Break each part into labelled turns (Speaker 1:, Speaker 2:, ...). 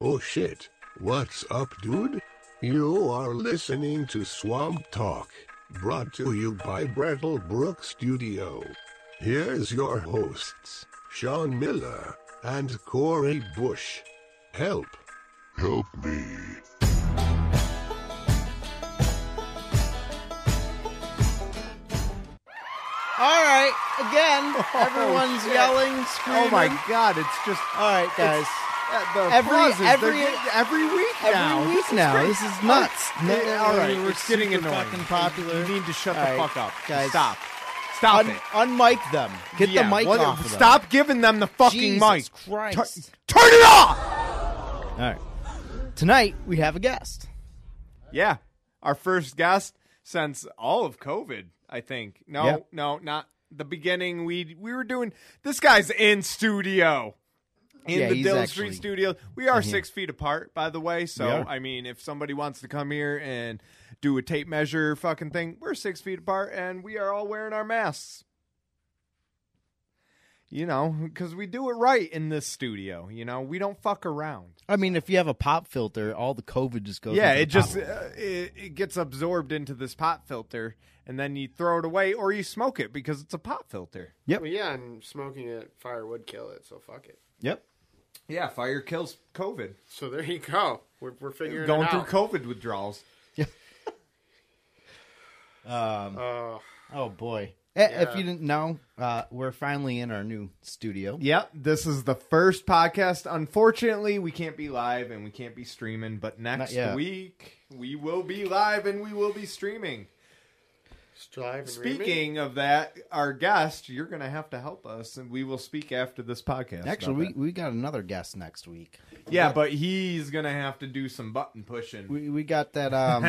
Speaker 1: Oh shit. What's up, dude? You are listening to Swamp Talk, brought to you by Brattlebrook Studio. Here's your hosts, Sean Miller and Corey Bush. Help. Help me.
Speaker 2: All right, again, everyone's
Speaker 3: shit.
Speaker 2: yelling, screaming.
Speaker 3: Oh my god, it's just
Speaker 2: All right, guys.
Speaker 3: uh, the
Speaker 2: Every-
Speaker 3: pauses, they're
Speaker 2: every-
Speaker 3: getting- every week
Speaker 2: Every
Speaker 3: now.
Speaker 2: week
Speaker 3: this is
Speaker 2: now.
Speaker 3: crazy.
Speaker 2: This is nuts.
Speaker 3: I-
Speaker 2: No,
Speaker 3: yeah, all right,
Speaker 2: we're
Speaker 3: it's getting
Speaker 2: super
Speaker 3: annoying.
Speaker 2: fucking popular.
Speaker 3: You need to shut
Speaker 2: All
Speaker 3: the
Speaker 2: right,
Speaker 3: fuck up,
Speaker 2: guys.
Speaker 3: Stop, stop
Speaker 2: Un-
Speaker 3: it.
Speaker 2: unmic them. Get
Speaker 3: Yeah,
Speaker 2: the mic
Speaker 3: what-
Speaker 2: off. Of them.
Speaker 3: Stop giving them the fucking
Speaker 2: Jesus
Speaker 3: mic.
Speaker 2: Christ.
Speaker 3: Turn it off.
Speaker 2: All right. Tonight we have a guest.
Speaker 3: Yeah, our first guest since all of COVID, I think. No,
Speaker 2: Yeah.
Speaker 3: no, not the beginning. We we were doing. This guy's in studio. In
Speaker 2: Yeah,
Speaker 3: the
Speaker 2: he's
Speaker 3: Dill
Speaker 2: actually-
Speaker 3: Street studio. We are six feet apart, by the way. So,
Speaker 2: We are.
Speaker 3: I mean, if somebody wants to come here and do a tape measure fucking thing, we're six feet apart and we are all wearing our masks. You know, because we do it right in this studio. You know, we don't fuck around.
Speaker 2: I mean, if you have a pop filter, all the COVID just goes.
Speaker 3: Yeah,
Speaker 2: into the
Speaker 3: it just
Speaker 2: pop-
Speaker 3: uh, it, it gets absorbed into this pot filter, and then you throw it away or you smoke it because it's a pot filter.
Speaker 4: Well, yeah, and smoking it, fire would kill it, so fuck it.
Speaker 2: Yep.
Speaker 3: Yeah, fire kills COVID.
Speaker 4: So there you go. We're, we're figuring
Speaker 3: Going
Speaker 4: it
Speaker 3: through
Speaker 4: out.
Speaker 3: COVID withdrawals.
Speaker 2: Um,
Speaker 4: Uh,
Speaker 2: oh boy. Eh, If you didn't know, uh, we're finally in our new studio.
Speaker 3: Yep, this is the first podcast. Unfortunately, we can't be live and we can't be streaming, but next
Speaker 2: yet.
Speaker 3: week we will be live and we will be streaming.
Speaker 4: strive and remake.
Speaker 3: Speaking of that, our guest, you're going to have to help us, and we will speak after this podcast. about
Speaker 2: Actually,
Speaker 3: that.
Speaker 2: we, we got another guest next week.
Speaker 3: yeah, but he's going to have to do some button pushing.
Speaker 2: We we got that um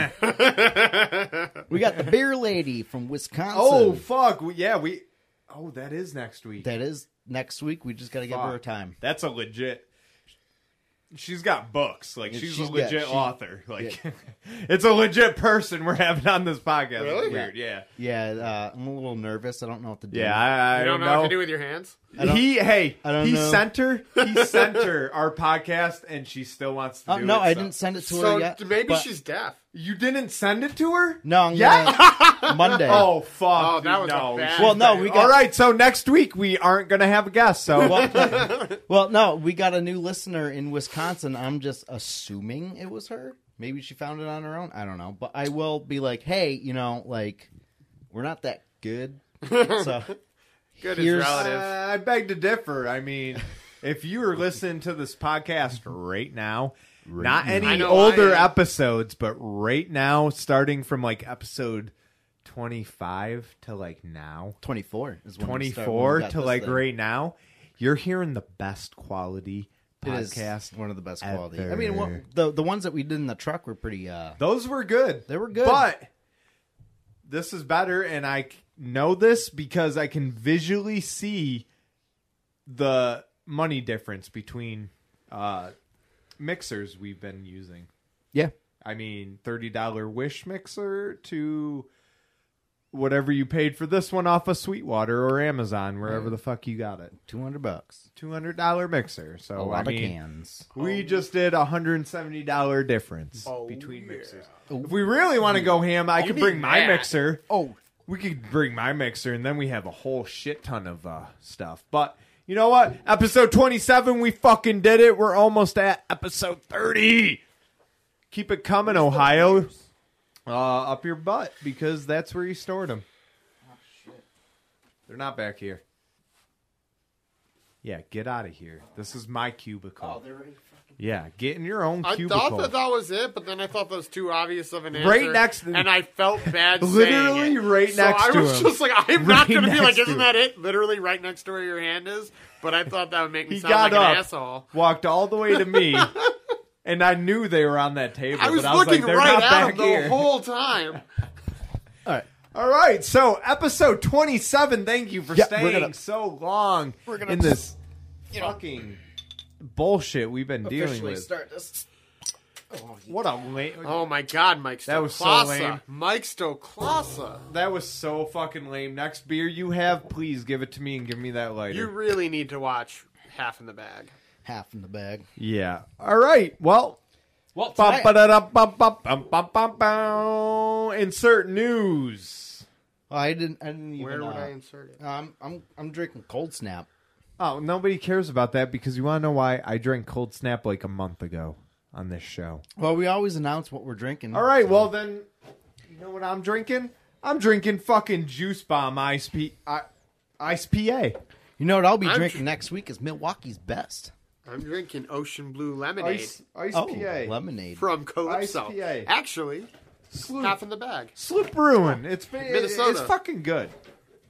Speaker 2: we got the beer lady from Wisconsin.
Speaker 3: Oh fuck! We, yeah, we. Oh, that is next week.
Speaker 2: that is next week. We just got to give her a
Speaker 3: Fuck.
Speaker 2: time.
Speaker 3: That's a legit. She's got books. Like
Speaker 2: Yeah,
Speaker 3: she's,
Speaker 2: she's
Speaker 3: a
Speaker 2: got-
Speaker 3: legit
Speaker 2: she-
Speaker 3: author. Like it's a legit person we're having on this podcast. It's
Speaker 4: Really?
Speaker 3: Weird. Yeah.
Speaker 2: Yeah, uh, I'm a little nervous. I don't know what to do.
Speaker 3: Yeah. I, I
Speaker 4: You don't
Speaker 3: don't,
Speaker 4: know what to do with your hands?
Speaker 2: don't-
Speaker 3: he hey
Speaker 2: I don't
Speaker 3: he
Speaker 2: know.
Speaker 3: sent her he sent her our podcast and she still wants to
Speaker 2: Oh,
Speaker 3: do
Speaker 2: no,
Speaker 3: it,
Speaker 2: I
Speaker 3: so-
Speaker 2: didn't send it to
Speaker 4: So
Speaker 2: her yet.
Speaker 4: maybe
Speaker 2: but-
Speaker 4: she's deaf.
Speaker 3: you didn't send it to her
Speaker 2: No, I'm
Speaker 3: yeah
Speaker 2: gonna Monday.
Speaker 3: oh fuck
Speaker 4: Oh, that
Speaker 3: dude,
Speaker 4: was a
Speaker 3: no
Speaker 4: bad
Speaker 2: Well, no, we got-
Speaker 3: all right so next week we aren't gonna have a guest so
Speaker 2: Well, well, no, we got a new listener in Wisconsin. I'm just assuming it was her. Maybe she found it on her own. I don't know, but I will be like, "Hey, you know, like we're not that good." So,
Speaker 4: Good
Speaker 2: Here's-
Speaker 4: is relative.
Speaker 3: Uh, I beg to differ. I mean, if you were listening to this podcast right now, not
Speaker 4: I
Speaker 3: any
Speaker 4: know
Speaker 3: older
Speaker 4: I am.
Speaker 3: episodes, but right now, starting from like episode 25 to like now,
Speaker 2: 24 is when we start- when we
Speaker 3: 24
Speaker 2: got
Speaker 3: to
Speaker 2: this
Speaker 3: like
Speaker 2: thing.
Speaker 3: right now, you're hearing the best quality
Speaker 2: It is
Speaker 3: podcast.
Speaker 2: one of the best
Speaker 3: ever.
Speaker 2: quality. I mean, what, the the ones that we did in the truck were pretty. uh
Speaker 3: Those were good.
Speaker 2: They were good.
Speaker 3: But this is better, and I c- know this because I can visually see the money difference between uh, mixers we've been using.
Speaker 2: Yeah,
Speaker 3: I mean, $30 Wish mixer to whatever you paid for this one off of Sweetwater or Amazon, wherever the fuck you got it.
Speaker 2: two hundred bucks,
Speaker 3: $200 mixer. So,
Speaker 2: a lot
Speaker 3: Oh, I mean,
Speaker 2: of cans.
Speaker 3: we just did a hundred and seventy dollar difference
Speaker 4: Oh,
Speaker 3: between
Speaker 4: yeah.
Speaker 3: mixers. If we really want to go ham, I could
Speaker 4: need
Speaker 3: bring my
Speaker 4: that.
Speaker 3: mixer.
Speaker 2: Oh,
Speaker 3: We could bring my mixer, and then we have a whole shit ton of uh, stuff. But you know what? Episode twenty seven, we fucking did it. We're almost at episode thirty. Keep it coming, Ohio. Uh, up your butt because that's where you stored them. They're not back here. Yeah, get out of here. This is my cubicle. Yeah, get in your own
Speaker 4: I
Speaker 3: cubicle.
Speaker 4: thought that that was it, but then I thought that was too obvious of an answer.
Speaker 3: Right next to-
Speaker 4: and I felt bad.
Speaker 3: Literally
Speaker 4: saying it.
Speaker 3: right
Speaker 4: so
Speaker 3: next
Speaker 4: I
Speaker 3: to
Speaker 4: was
Speaker 3: him.
Speaker 4: just like, I'm not
Speaker 3: Right
Speaker 4: going to be
Speaker 3: next
Speaker 4: like,
Speaker 3: to
Speaker 4: isn't
Speaker 3: him.
Speaker 4: that it? Literally right next to where your hand is. But I thought that would make me
Speaker 3: he
Speaker 4: sound
Speaker 3: got
Speaker 4: like
Speaker 3: up,
Speaker 4: an asshole.
Speaker 3: walked all the way to me, and I knew they were on that table.
Speaker 4: I was
Speaker 3: but I was
Speaker 4: looking
Speaker 3: like, they're
Speaker 4: right
Speaker 3: not
Speaker 4: at
Speaker 3: back
Speaker 4: him the
Speaker 3: here.
Speaker 4: whole time.
Speaker 2: all right.
Speaker 3: all right, so episode twenty-seven. Thank you for
Speaker 2: Yeah, we're
Speaker 3: staying
Speaker 2: gonna-
Speaker 3: so long
Speaker 2: We're gonna-
Speaker 3: in this
Speaker 2: know,
Speaker 3: fucking bullshit we've been dealing
Speaker 2: officially
Speaker 3: with.
Speaker 2: start this.
Speaker 3: what a lame.
Speaker 4: Oh my God, Mike Stoklasa.
Speaker 3: That was so lame.
Speaker 4: Mike Stoklasa.
Speaker 3: That was so fucking lame. Next beer you have, please give it to me and give me that lighter.
Speaker 4: You really need to watch Half in the Bag.
Speaker 2: half in the bag.
Speaker 3: Yeah. All right. Well,
Speaker 5: Well,
Speaker 3: bum,
Speaker 5: tonight,
Speaker 3: ba-da-dum, bum, bum, bum, bum, bum, bum. insert news.
Speaker 2: Oh, I didn't. I didn't even.
Speaker 4: Where would
Speaker 2: uh,
Speaker 4: I insert it?
Speaker 2: I'm I'm I'm drinking cold snap.
Speaker 3: Oh, nobody cares about that because you want to know why I drank Cold Snap like a month ago on this show.
Speaker 2: Well, we always announce what we're drinking.
Speaker 3: All right. Well, then, you know what I'm drinking? I'm drinking fucking Juice Bomb Ice, P- I- Ice PA.
Speaker 2: You know what I'll be
Speaker 4: I'm
Speaker 2: drinking
Speaker 4: dr-
Speaker 2: next week is Milwaukee's best.
Speaker 4: I'm drinking Ocean Blue Lemonade
Speaker 3: Ice, ice
Speaker 2: Oh,
Speaker 3: PA.
Speaker 2: lemonade.
Speaker 4: from Calypso.
Speaker 3: IPA.
Speaker 4: Actually, half
Speaker 3: Sloop,
Speaker 4: in the bag.
Speaker 3: Sloop Brewing. It's, it-
Speaker 4: Minnesota.
Speaker 3: it's fucking good.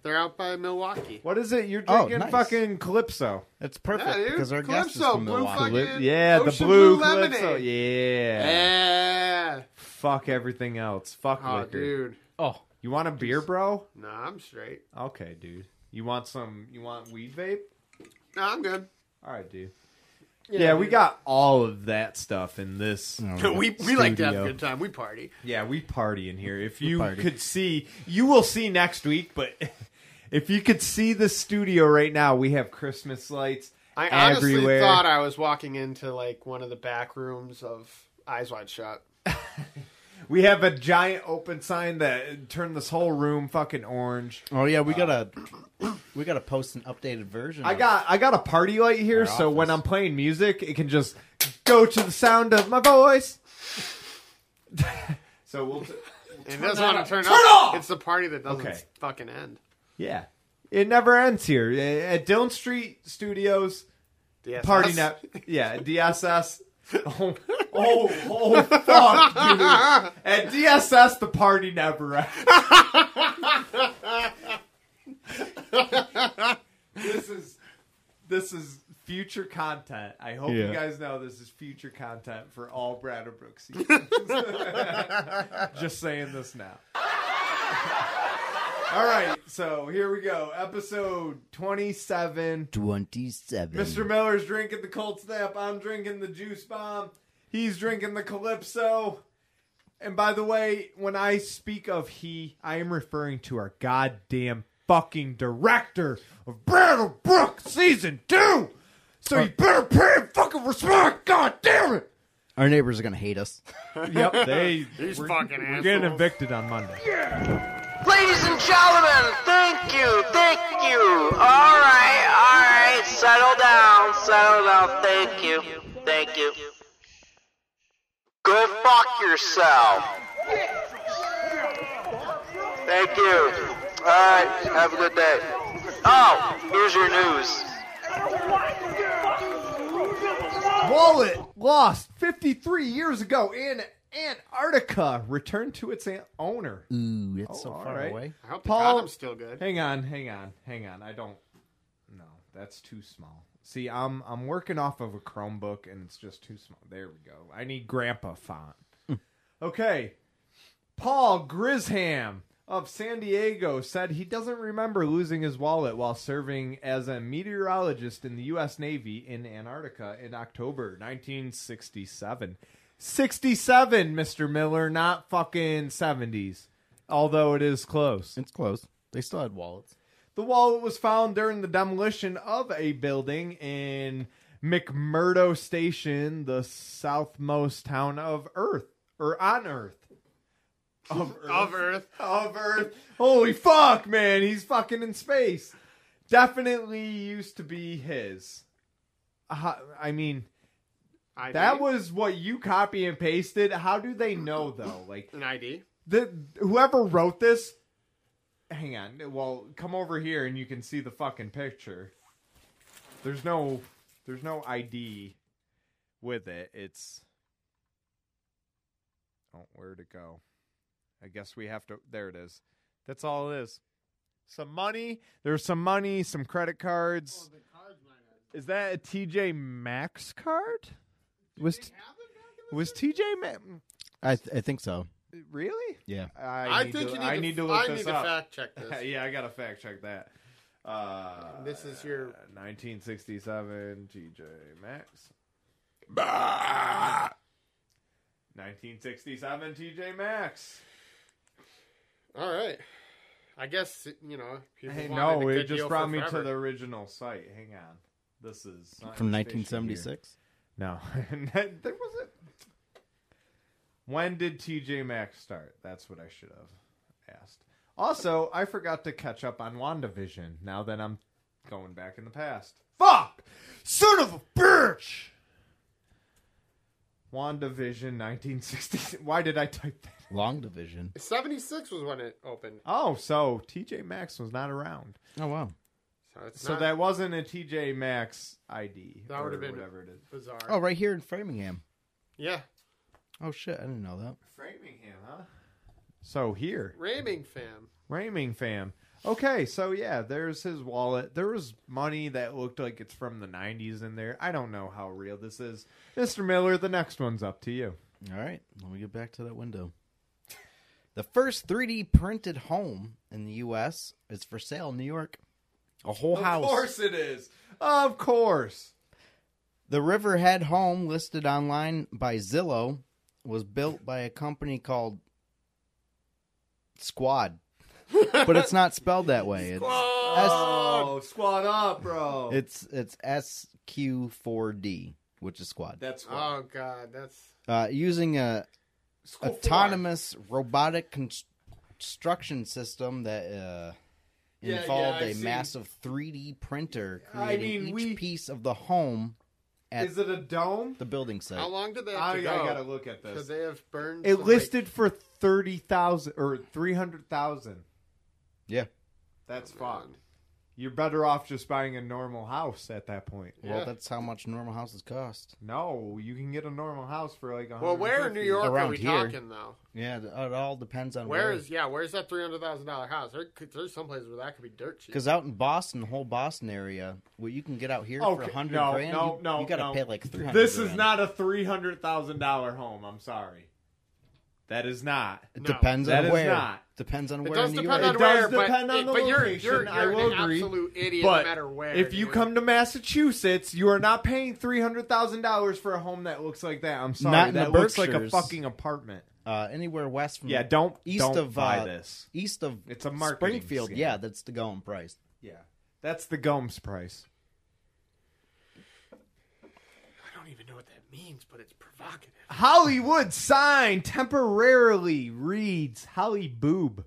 Speaker 4: They're out by Milwaukee.
Speaker 3: What is it? You're
Speaker 2: Oh,
Speaker 3: drinking
Speaker 2: nice.
Speaker 3: fucking Calypso.
Speaker 2: That's
Speaker 4: Yeah,
Speaker 2: perfect
Speaker 4: dude.
Speaker 2: because our guest is
Speaker 4: Calypso,
Speaker 2: from
Speaker 4: blue
Speaker 2: Milwaukee.
Speaker 4: fucking-
Speaker 3: Calyp- yeah, the
Speaker 4: Ocean
Speaker 3: blue,
Speaker 4: Blue
Speaker 3: Calypso.
Speaker 4: Lemonade.
Speaker 3: Yeah.
Speaker 4: Yeah.
Speaker 3: Fuck everything else. Fuck
Speaker 4: Oh,
Speaker 3: liquor.
Speaker 4: dude.
Speaker 2: Oh,
Speaker 3: You want a beer, bro?
Speaker 4: Nah, I'm straight.
Speaker 3: Okay, dude. You want some? You want weed vape?
Speaker 4: Nah, I'm good.
Speaker 3: All right, dude. Yeah, we got all of that stuff in this.
Speaker 4: we we like to have a
Speaker 3: Studio.
Speaker 4: good time. We party.
Speaker 3: Yeah, we party in here. If you
Speaker 2: party.
Speaker 3: could see, you will see next week. But if you could see the studio right now, we have Christmas lights
Speaker 4: I honestly
Speaker 3: everywhere.
Speaker 4: thought I was walking into like one of the back rooms of Eyes Wide Shut.
Speaker 3: we have a giant open sign that turned this whole room fucking orange.
Speaker 2: oh yeah, we gotta we gotta post an updated version.
Speaker 3: I
Speaker 2: of-
Speaker 3: got I got a party light here,
Speaker 2: Our
Speaker 3: so
Speaker 2: office.
Speaker 3: when I'm playing music, it can just go to the sound of my voice. so we'll, t-
Speaker 4: It doesn't want to turn,
Speaker 5: Turn
Speaker 4: off.
Speaker 5: off!
Speaker 4: It's the party that doesn't
Speaker 3: Okay.
Speaker 4: fucking end.
Speaker 3: yeah, it never ends here at Dillon Street Studios.
Speaker 4: DSS.
Speaker 3: Party net, yeah, DSS. Oh, oh, oh, fuck, dude. At DSS, the party never ends. this is this is future content. I hope
Speaker 2: Yeah.
Speaker 3: you guys know this is future content for all Brad and Brooks seasons. Just saying this now. all right, so here we go. Episode twenty-seven.
Speaker 2: twenty-seven.
Speaker 3: Mr. Miller's drinking the cold snap. I'm drinking the juice bomb. He's drinking the calypso. And by the way, when I speak of he, I am referring to our goddamn fucking director of Battle Brook season two. So you better pay him fucking respect. God damn it.
Speaker 2: Our neighbors are gonna hate us.
Speaker 3: Yep, they.
Speaker 4: These fucking
Speaker 3: We're
Speaker 4: assholes.
Speaker 3: getting evicted on Monday.
Speaker 6: Ladies and gentlemen, thank you, thank you. All right, all right, settle down, settle down. Thank you, thank you. Go fuck yourself. Thank you. All right, have a good day. Oh, here's your news.
Speaker 3: Wallet lost 53 years ago in Antarctica. Returned to its an- owner.
Speaker 4: Oh,
Speaker 2: Ooh, it's so
Speaker 3: all
Speaker 2: far
Speaker 3: right.
Speaker 2: away.
Speaker 4: I hope
Speaker 3: Paul-
Speaker 4: the condom's still good.
Speaker 3: Hang on, hang on, hang on. I don't. No, that's too small. See, I'm I'm working off of a Chromebook and it's just too small. There we go. I need Grandpa font. okay, Paul Grisham of San Diego said he doesn't remember losing his wallet while serving as a meteorologist in the U.S. Navy in Antarctica in October 1967. 67, Mr. Miller, not fucking 70s. Although it is close.
Speaker 2: It's close. They still had wallets.
Speaker 3: The wallet was found during the demolition of a building in McMurdo Station, the southmost town of Earth or on Earth. Of Earth.
Speaker 4: Of Earth.
Speaker 3: Of Earth. Holy fuck, man. He's fucking in space. Definitely used to be his. Uh, I mean,
Speaker 4: ID.
Speaker 3: that was what you copy and pasted. How do they know, though? Like,
Speaker 4: an ID.
Speaker 3: the whoever wrote this hang on well come over here and you can see the fucking picture there's no there's no id with it it's oh where'd it go i guess we have to there it is that's all it is some money there's some money some credit cards is that a tj maxx card was was tj Ma-
Speaker 2: I th- I think so.
Speaker 3: really
Speaker 2: Yeah.
Speaker 3: I,
Speaker 4: I,
Speaker 3: need
Speaker 4: think
Speaker 3: to,
Speaker 4: you need
Speaker 3: I
Speaker 4: to,
Speaker 3: need to look
Speaker 4: I
Speaker 3: this
Speaker 4: need to
Speaker 3: up.
Speaker 4: fact check this.
Speaker 3: yeah, I gotta fact check that. Uh,
Speaker 4: This is your-
Speaker 3: 1967 TJ Maxx. 1967 TJ Maxx.
Speaker 4: All right. I guess you know. People
Speaker 3: Hey,
Speaker 4: wanted
Speaker 3: no,
Speaker 4: a
Speaker 3: it
Speaker 4: good
Speaker 3: just
Speaker 4: deal
Speaker 3: brought
Speaker 4: for
Speaker 3: me to
Speaker 4: forever.
Speaker 3: the original site. Hang on, This is
Speaker 2: from 1976.
Speaker 3: No, there wasn't. When did TJ Maxx start? That's what I should have asked. Also, I forgot to catch up on WandaVision. Now that I'm going back in the past. Fuck! Son of a bitch! WandaVision 1960. Why did I type that?
Speaker 2: Long division.
Speaker 4: 76 was when it opened.
Speaker 3: Oh, so TJ Maxx was not around.
Speaker 2: Oh wow.
Speaker 4: So, it's
Speaker 3: So
Speaker 4: not
Speaker 3: that wasn't a TJ Maxx ID.
Speaker 4: That
Speaker 3: or
Speaker 4: would've been-
Speaker 3: whatever it is.
Speaker 4: bizarre.
Speaker 2: Oh, right here in Framingham.
Speaker 4: Yeah.
Speaker 2: Oh shit, I didn't know that.
Speaker 3: Framingham, huh? So here,
Speaker 4: Raming fam.
Speaker 3: Raming fam. Okay, so yeah, there's his wallet. There was money that looked like it's from the 90s in there. I don't know how real this is. Mr. Miller, the next one's up to you.
Speaker 2: All right, let me get back to that window. The first 3D printed home in the U.S. is for sale in New York. A whole house.
Speaker 3: Of course it is. Of course.
Speaker 2: The Riverhead home listed online by Zillow was built by a company called Squad. but it's not spelled that way. It's S-
Speaker 3: Oh, squad up, bro.
Speaker 2: it's it's SQ4D, which is Squad.
Speaker 3: That's squad.
Speaker 4: Oh, God. That's.
Speaker 2: Uh, using a
Speaker 3: Squad.
Speaker 2: autonomous robotic construction system that uh,
Speaker 3: Yeah,
Speaker 2: involved
Speaker 3: yeah, I
Speaker 2: a
Speaker 3: see.
Speaker 2: massive 3D printer
Speaker 3: I
Speaker 2: creating
Speaker 3: mean,
Speaker 2: each
Speaker 3: we-
Speaker 2: piece of the home at
Speaker 3: Is it a dome?
Speaker 2: the building site.
Speaker 4: How long did they have
Speaker 3: I, I
Speaker 4: to go?
Speaker 3: gotta look at
Speaker 4: Because
Speaker 3: this.
Speaker 4: they have burned.
Speaker 3: It
Speaker 4: some,
Speaker 3: listed for 30,000 or 300,000.
Speaker 2: yeah.
Speaker 3: That's
Speaker 4: Oh,
Speaker 3: fucked.
Speaker 4: man.
Speaker 3: You're better off just buying a normal house at that point.
Speaker 2: Well,
Speaker 4: Yeah.
Speaker 2: that's how much normal houses cost.
Speaker 3: No, you can get a normal house for like a
Speaker 4: Like, well, where in New York
Speaker 2: Around
Speaker 4: are we
Speaker 2: here.
Speaker 4: talking though?
Speaker 2: Yeah, th- uh, it all depends on
Speaker 4: Where is yeah? Where's that three hundred thousand dollar house? There, could- there's some places where that could be dirt cheap.
Speaker 2: Because out in Boston, the whole Boston area, what you can get out here for
Speaker 3: Okay,
Speaker 2: a hundred
Speaker 3: no,
Speaker 2: grand,
Speaker 3: no,
Speaker 2: you,
Speaker 3: no,
Speaker 2: you gotta
Speaker 3: no.
Speaker 2: pay like three hundred.
Speaker 3: This is not a $300,000 home. I'm sorry. That is not.
Speaker 2: It
Speaker 4: No.
Speaker 2: depends
Speaker 3: That
Speaker 2: on
Speaker 3: is
Speaker 2: where.
Speaker 3: not.
Speaker 2: Depends on
Speaker 4: It
Speaker 2: where
Speaker 4: does
Speaker 2: in New
Speaker 4: depend
Speaker 2: York.
Speaker 4: on
Speaker 3: It
Speaker 4: where,
Speaker 3: does depend
Speaker 4: but,
Speaker 3: on the
Speaker 4: but you're,
Speaker 3: location,
Speaker 4: you're, you're
Speaker 3: I will
Speaker 4: an
Speaker 3: agree.
Speaker 4: absolute idiot
Speaker 3: But
Speaker 4: no matter where.
Speaker 3: if you
Speaker 4: dude.
Speaker 3: come to Massachusetts, you are not paying $300,000 for a home that looks like that. I'm sorry.
Speaker 2: Not in
Speaker 3: that
Speaker 2: the
Speaker 3: looks like a
Speaker 2: Berkshires.
Speaker 3: fucking apartment.
Speaker 2: Uh, anywhere west from
Speaker 3: Yeah, don't
Speaker 2: east
Speaker 3: don't
Speaker 2: of
Speaker 3: buy
Speaker 2: uh,
Speaker 3: this.
Speaker 2: east of
Speaker 3: It's a marketing
Speaker 2: Springfield.
Speaker 3: scam.
Speaker 2: Yeah, that's the going price.
Speaker 3: Yeah. That's the Gomes price.
Speaker 4: I don't even know what that means, but it's provocative.
Speaker 3: Hollywood sign temporarily reads Holly Boob.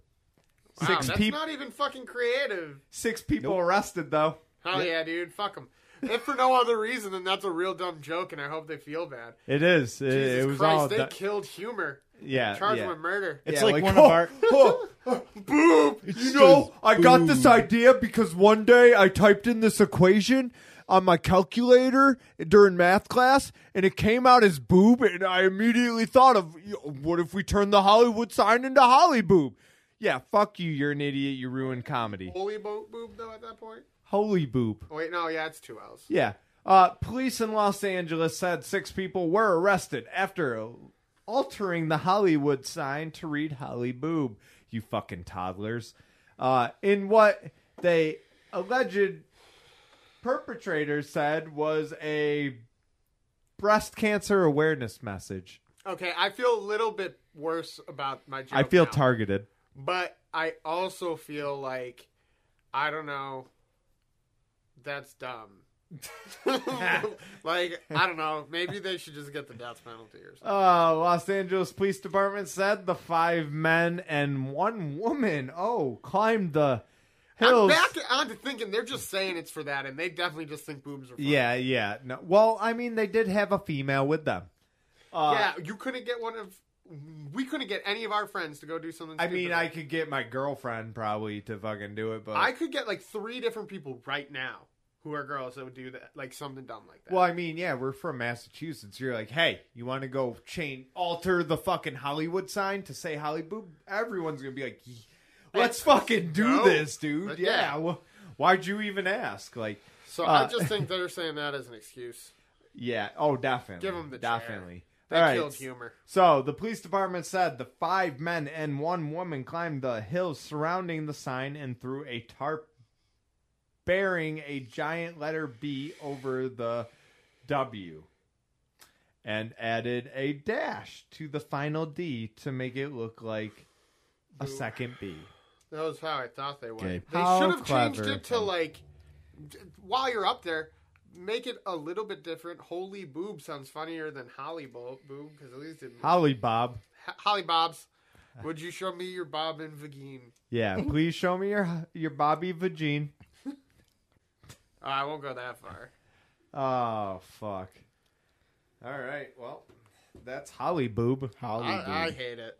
Speaker 4: Wow,
Speaker 3: Six
Speaker 4: that's
Speaker 3: peop-
Speaker 4: not even fucking creative.
Speaker 3: Six people arrested though.
Speaker 4: Hell yeah, dude, fuck them. If for no other reason than that's a real dumb joke, and I hope they feel bad.
Speaker 3: It is. It,
Speaker 4: Jesus
Speaker 3: it was
Speaker 4: Christ,
Speaker 3: all
Speaker 4: they
Speaker 3: done-
Speaker 4: killed humor,
Speaker 3: yeah.
Speaker 4: charged
Speaker 3: yeah.
Speaker 4: with murder.
Speaker 2: It's
Speaker 3: Yeah,
Speaker 2: like one of our-
Speaker 3: oh, oh, boob. you know, I got this idea because one day I typed in this equation on my calculator during math class, and it came out as boob, and I immediately thought of y- what if we turn the Hollywood sign into Holly boob? Yeah, fuck you. You're an idiot. You ruined comedy.
Speaker 4: Holy boat boob though at that point.
Speaker 3: Holy boob.
Speaker 4: Oh, wait, no, yeah, it's two L's.
Speaker 3: Yeah. Uh, police in Los Angeles said six people were arrested after altering the Hollywood sign to read Holly Boob. You fucking toddlers. Uh, in what they alleged perpetrator said was a breast cancer awareness message.
Speaker 4: Okay, I feel a little bit worse about my joke.
Speaker 3: I feel
Speaker 4: now.
Speaker 3: targeted.
Speaker 4: But I also feel like I don't know. That's dumb. like I don't know. Maybe they should just get the death penalty or something.
Speaker 3: Uh, Los Angeles Police Department said the five men and one woman, oh, climbed the
Speaker 4: I'm
Speaker 3: hills.
Speaker 4: back onto thinking they're just saying it's for that, and they definitely just think boobs are. Fun.
Speaker 3: Yeah, yeah. No, well, I mean, they did have a female with them. Uh,
Speaker 4: yeah. You couldn't get one of. We couldn't get any of our friends to go do something.
Speaker 3: I
Speaker 4: stupid
Speaker 3: mean,
Speaker 4: like
Speaker 3: I could get my girlfriend probably to fucking do it, but
Speaker 4: I could get like three different people right now who are girls that would do that, like something dumb like that.
Speaker 3: well, I mean, yeah, we're from Massachusetts. You're like, hey, you want to go chain alter the fucking Hollywood sign to say Holly Boob? Everyone's gonna be like, "Ye- let's fucking do
Speaker 4: go."
Speaker 3: this, dude.
Speaker 4: But
Speaker 3: yeah.
Speaker 4: yeah.
Speaker 3: wh- why'd you even ask? Like,
Speaker 4: so
Speaker 3: uh,
Speaker 4: I just think they're saying that as an excuse.
Speaker 3: yeah. Oh, definitely.
Speaker 4: Give 'em the chair.
Speaker 3: definitely.
Speaker 4: They
Speaker 3: All right,
Speaker 4: killed humor.
Speaker 3: So the police department said the five men and one woman climbed the hills surrounding the sign and threw a tarp bearing a giant letter B over the W and added a dash to the final D to make it look like a second B.
Speaker 4: That was how I thought they were.
Speaker 2: Okay.
Speaker 4: They
Speaker 3: How
Speaker 4: should have changed
Speaker 3: clever
Speaker 4: it to
Speaker 3: of them.
Speaker 4: like d- while you're up there, make it a little bit different. Holy boob sounds funnier than Holly Bo- boob because at least it
Speaker 3: Holly Bob.
Speaker 4: Ho- Holly Bob's. Would you show me your bob and vagine?
Speaker 3: Yeah, please show me your your Bobby Vagine.
Speaker 4: Oh, I won't go that far.
Speaker 3: Oh fuck. All right, well, that's Holly Boob.
Speaker 2: Holly
Speaker 4: I, I
Speaker 2: dude.
Speaker 4: hate it.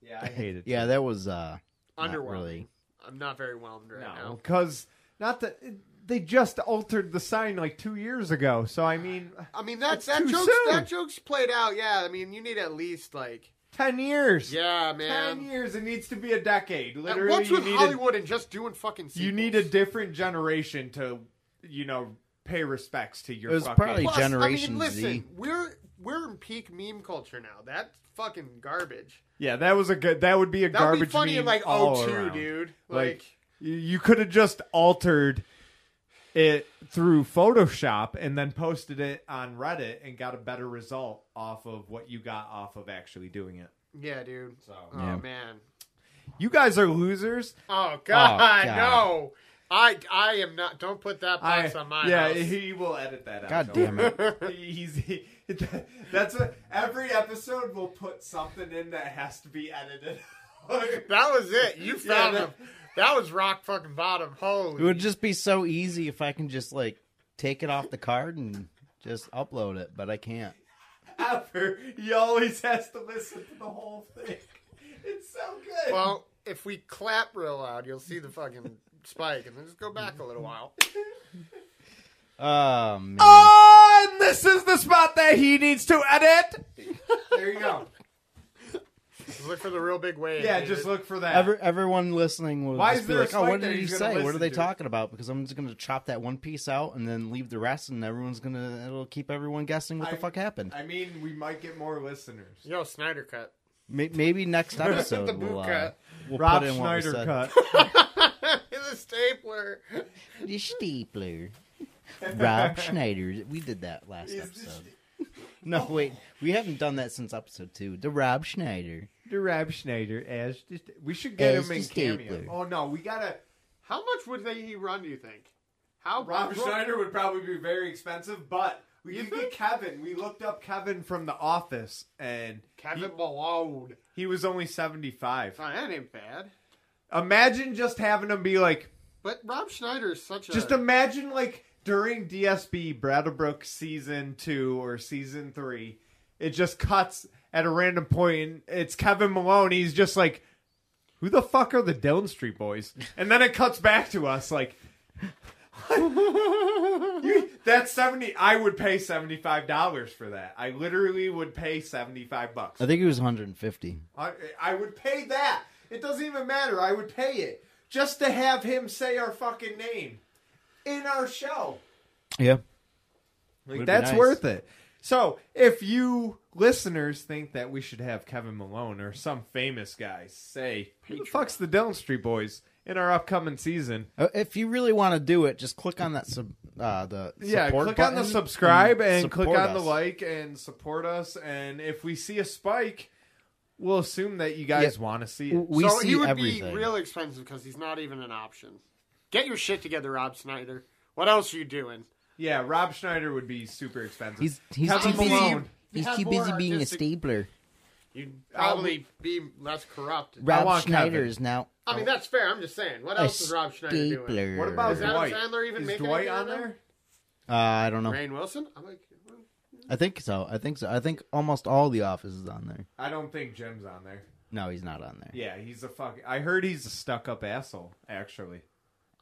Speaker 3: Yeah, I hate it.
Speaker 2: yeah, that was uh, not
Speaker 4: Underwhelming.
Speaker 2: really.
Speaker 4: I'm not very whelmed right
Speaker 3: no,
Speaker 4: now.
Speaker 3: because not that they just altered the sign like two years ago. So I mean,
Speaker 4: I mean
Speaker 3: It's
Speaker 4: that's that
Speaker 3: too
Speaker 4: joke's
Speaker 3: soon.
Speaker 4: that joke's played out. Yeah, I mean you need at least like
Speaker 3: ten years.
Speaker 4: yeah,
Speaker 3: ten
Speaker 4: man.
Speaker 3: years. It needs to be a decade. Literally,
Speaker 4: What's
Speaker 3: you
Speaker 4: with
Speaker 3: need a-
Speaker 4: Hollywood and just doing fucking? Sequels?
Speaker 3: you need a different generation to, you know, pay respects to your.
Speaker 2: It was
Speaker 3: fucking-
Speaker 2: probably-
Speaker 4: Plus, I
Speaker 2: Generation
Speaker 4: mean, listen,
Speaker 2: Z.
Speaker 4: we're we're in peak meme culture now. That's fucking garbage.
Speaker 3: yeah. That was a good. That would be a
Speaker 4: That would
Speaker 3: garbage.
Speaker 4: be funny in
Speaker 3: meme
Speaker 4: like
Speaker 3: all
Speaker 4: 02,
Speaker 3: around.
Speaker 4: dude.
Speaker 3: Like,
Speaker 4: Like,
Speaker 3: you- you could have just altered it through Photoshop and then posted it on Reddit and got a better result off of what you got off of actually doing it.
Speaker 4: yeah, dude. oh
Speaker 2: Yeah.
Speaker 4: man.
Speaker 3: You guys are losers.
Speaker 4: Oh
Speaker 2: God.
Speaker 4: god, no. I I am not. Don't put that box on my
Speaker 3: yeah,
Speaker 4: house.
Speaker 3: he will edit that out.
Speaker 2: God damn
Speaker 3: don't worry.
Speaker 2: it.
Speaker 3: He's he, that's what every episode will put something in that has to be edited.
Speaker 4: that was it. You
Speaker 3: Yeah,
Speaker 4: found
Speaker 3: that-
Speaker 4: him. That was rock fucking bottom. Holy.
Speaker 2: It would just be so easy if I can just like take it off the card and just upload it, but I can't.
Speaker 3: Ever, he always has to listen to the whole thing. It's so good.
Speaker 4: well, if we clap real loud, you'll see the fucking spike, and then just go back a little while.
Speaker 2: Oh man.
Speaker 3: Oh, and this is the spot that he needs to edit. There you go.
Speaker 4: Look for the real big wave.
Speaker 3: Yeah,
Speaker 4: dude.
Speaker 3: just look for that.
Speaker 2: Every, everyone listening will
Speaker 3: Why
Speaker 2: just
Speaker 3: is
Speaker 2: be
Speaker 3: there a
Speaker 2: like, "Oh,
Speaker 3: spike
Speaker 2: what
Speaker 3: there
Speaker 2: did he
Speaker 3: he's gonna
Speaker 2: say? What are
Speaker 3: listen
Speaker 2: they
Speaker 3: to?"
Speaker 2: talking about?" Because I'm just going to chop that one piece out and then leave the rest, and everyone's going to it'll keep everyone guessing what the
Speaker 3: I-
Speaker 2: fuck happened.
Speaker 3: I mean, we might get more listeners.
Speaker 4: Yo, Snyder cut.
Speaker 2: May Maybe next episode
Speaker 4: The
Speaker 2: we'll,
Speaker 4: boot
Speaker 2: uh,
Speaker 4: cut.
Speaker 2: we'll
Speaker 3: Rob
Speaker 2: put in
Speaker 3: Schneider
Speaker 2: what we said.
Speaker 3: cut.
Speaker 4: the stapler.
Speaker 2: The stapler. Rob Schneider. We did that last episode. No, wait. We haven't done that since episode two. The Rob Schneider.
Speaker 3: The Rob Schneider as the st- we should get
Speaker 2: As
Speaker 3: him in
Speaker 2: the
Speaker 3: cameo.
Speaker 2: stapler.
Speaker 3: Oh no, we gotta.
Speaker 4: How much would they he run? Do you think? How
Speaker 3: Rob
Speaker 4: Ro-
Speaker 3: Schneider would probably be very expensive, but we could get Kevin. We looked up Kevin from The Office, and
Speaker 4: Kevin Malone.
Speaker 3: he was only seventy five.
Speaker 4: Oh, that ain't bad.
Speaker 3: Imagine just having him be like.
Speaker 4: But Rob Schneider is such a
Speaker 3: Just imagine like during DSB Brattlebrook season two or season three, it just cuts at a random point. And it's Kevin Malone. He's just like, "Who the fuck are the Dillon Street Boys?" And then it cuts back to us like. You- that's seventy. I would pay seventy five dollars for that. I literally would pay seventy five bucks.
Speaker 2: I think it was 150.
Speaker 3: I, I would pay that. It doesn't even matter. I would pay it just to have him say our fucking name in our show.
Speaker 2: Yeah. Would
Speaker 3: Like
Speaker 2: be
Speaker 3: that's
Speaker 2: nice.
Speaker 3: worth it. So if you listeners think that we should have Kevin Malone or some famous guy say, "Who the fuck's the Dillon Street Boys?" in our upcoming season,
Speaker 2: Uh, If you really want to do it, just click on that sub. Uh, the
Speaker 3: yeah,
Speaker 2: support
Speaker 3: click on the
Speaker 2: button
Speaker 3: subscribe and, click
Speaker 2: support
Speaker 3: on the
Speaker 2: us.
Speaker 3: like and support us. And if we see a spike, we'll assume that you guys
Speaker 2: Yeah.
Speaker 3: want to see it.
Speaker 2: We
Speaker 4: so
Speaker 2: see
Speaker 4: he would
Speaker 2: everything.
Speaker 4: be real expensive because he's not even an option. Get your shit together, Rob Schneider. What else are you doing?
Speaker 3: Yeah, Rob Schneider would be super expensive.
Speaker 2: He's- he's
Speaker 3: Kevin
Speaker 2: too busy.
Speaker 3: Malone.
Speaker 2: He's
Speaker 4: Have
Speaker 2: too
Speaker 4: more
Speaker 2: busy being a
Speaker 4: artistic-
Speaker 2: stapler.
Speaker 4: You'd probably be less corrupted.
Speaker 2: Rob
Speaker 3: want
Speaker 2: Schneider
Speaker 3: Kevin.
Speaker 2: is now
Speaker 4: I mean, that's fair. I'm just saying. What
Speaker 2: a
Speaker 4: else is Rob Schneider doing?
Speaker 2: stapler.
Speaker 3: What about
Speaker 4: Is Adam
Speaker 3: Dwight?
Speaker 4: Sandler even
Speaker 3: is
Speaker 4: making
Speaker 3: Dwight
Speaker 4: anything
Speaker 3: on
Speaker 4: right now?
Speaker 3: there?
Speaker 2: Uh, I don't know.
Speaker 4: Rain Wilson? I'm like, well,
Speaker 2: I think so. I think so. I think almost all the office is on there.
Speaker 3: I don't think Jim's on there.
Speaker 2: No, he's not on there.
Speaker 3: Yeah, he's a fuck. I heard he's a stuck up asshole, actually.